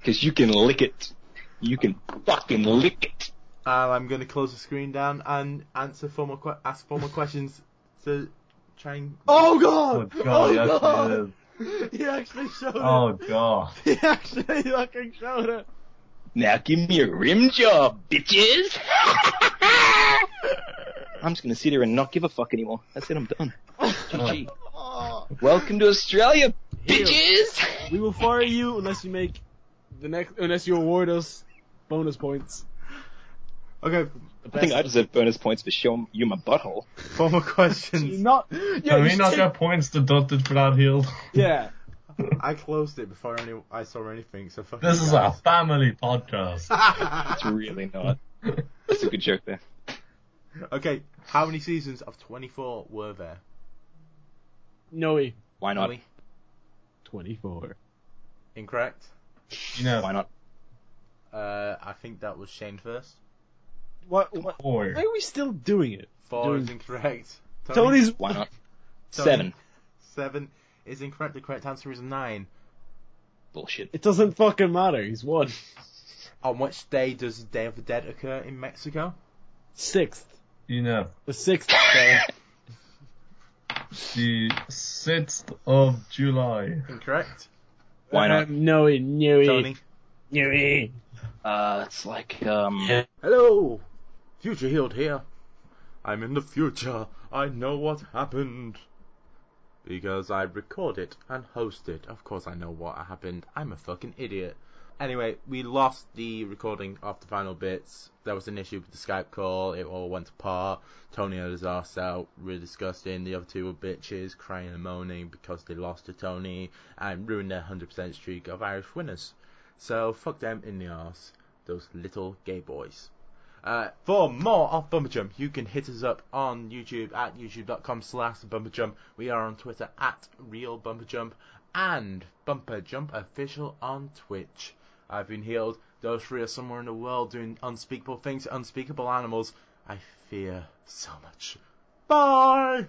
S4: because you can lick it. You can fucking
S2: <laughs>
S4: lick it.
S1: And I'm going to close the screen down and answer four more que- ask four more questions to try and.
S2: Oh
S3: Oh,
S2: god!
S3: God.
S2: Oh,
S3: he actually
S2: God.
S3: did.
S1: He actually showed
S3: Oh, God.
S2: He actually fucking showed it.
S4: Now give me a rim job,
S2: <laughs>
S4: bitches. I'm just gonna sit here and not give a fuck anymore. That's it. I'm
S2: <laughs>
S4: done. GG.
S2: Oh.
S4: Welcome to Australia, bitches.
S2: We will fire you unless you make the next unless you award us bonus points.
S1: Okay,
S4: I think I deserve bonus points for showing you my butthole.
S1: four
S2: <laughs>
S1: more questions.
S2: not. Yeah,
S3: Can
S2: you
S3: we
S2: should
S3: not
S2: take-
S3: get points deducted for that heel?
S2: yeah.
S1: I closed it before any, I saw anything, so fuck
S3: This
S1: you
S3: is a
S1: guys.
S3: family podcast.
S1: <laughs>
S4: It's really not. That's a good joke there.
S1: okay, how many seasons of 24 were there?
S2: Noe.
S4: Why not?
S1: Really?
S2: Twenty-four.
S1: Incorrect.
S3: You know,
S4: Why not?
S1: Uh, I think that was Shane first.
S2: What, what,
S3: Four.
S2: why are we still doing it?
S1: Four
S2: Dude.
S1: is incorrect. Tony,
S2: Tony's
S4: Why not?
S1: Tony,
S4: Seven.
S1: Seven is incorrect. The correct answer is nine.
S4: Bullshit.
S2: It doesn't fucking matter. He's one
S1: On which day does Day of the Dead occur in Mexico?
S2: sixth.
S3: Enough.
S2: The sixth. day.
S3: The 6th of July.
S1: Incorrect.
S4: Why not?
S2: Um, no, he knew
S1: Tony.
S2: it. Knew it.
S4: Uh, it's like um.
S2: Yeah.
S1: Hello, Future Healed here. I'm in the future. I know what happened. Because I record it and host it. Of course I know what happened. I'm a fucking idiot. Anyway, we lost the recording of the final bits. There was an issue with the Skype call. It all went apart. Tony had his arse out. Really disgusting. The other two were bitches crying and moaning because they lost to Tony and ruined their 100% streak of Irish winners. So fuck them in the arse. Those little gay boys. Uh, for more of Bumper Jump, you can hit us up on YouTube at youtube.com slash Bumper Jump. We are on Twitter at Real Bumper Jump and Bumper Jump Official on Twitch. I've been healed. Those three are somewhere in the world doing unspeakable things, to unspeakable animals. I fear so much. Bye!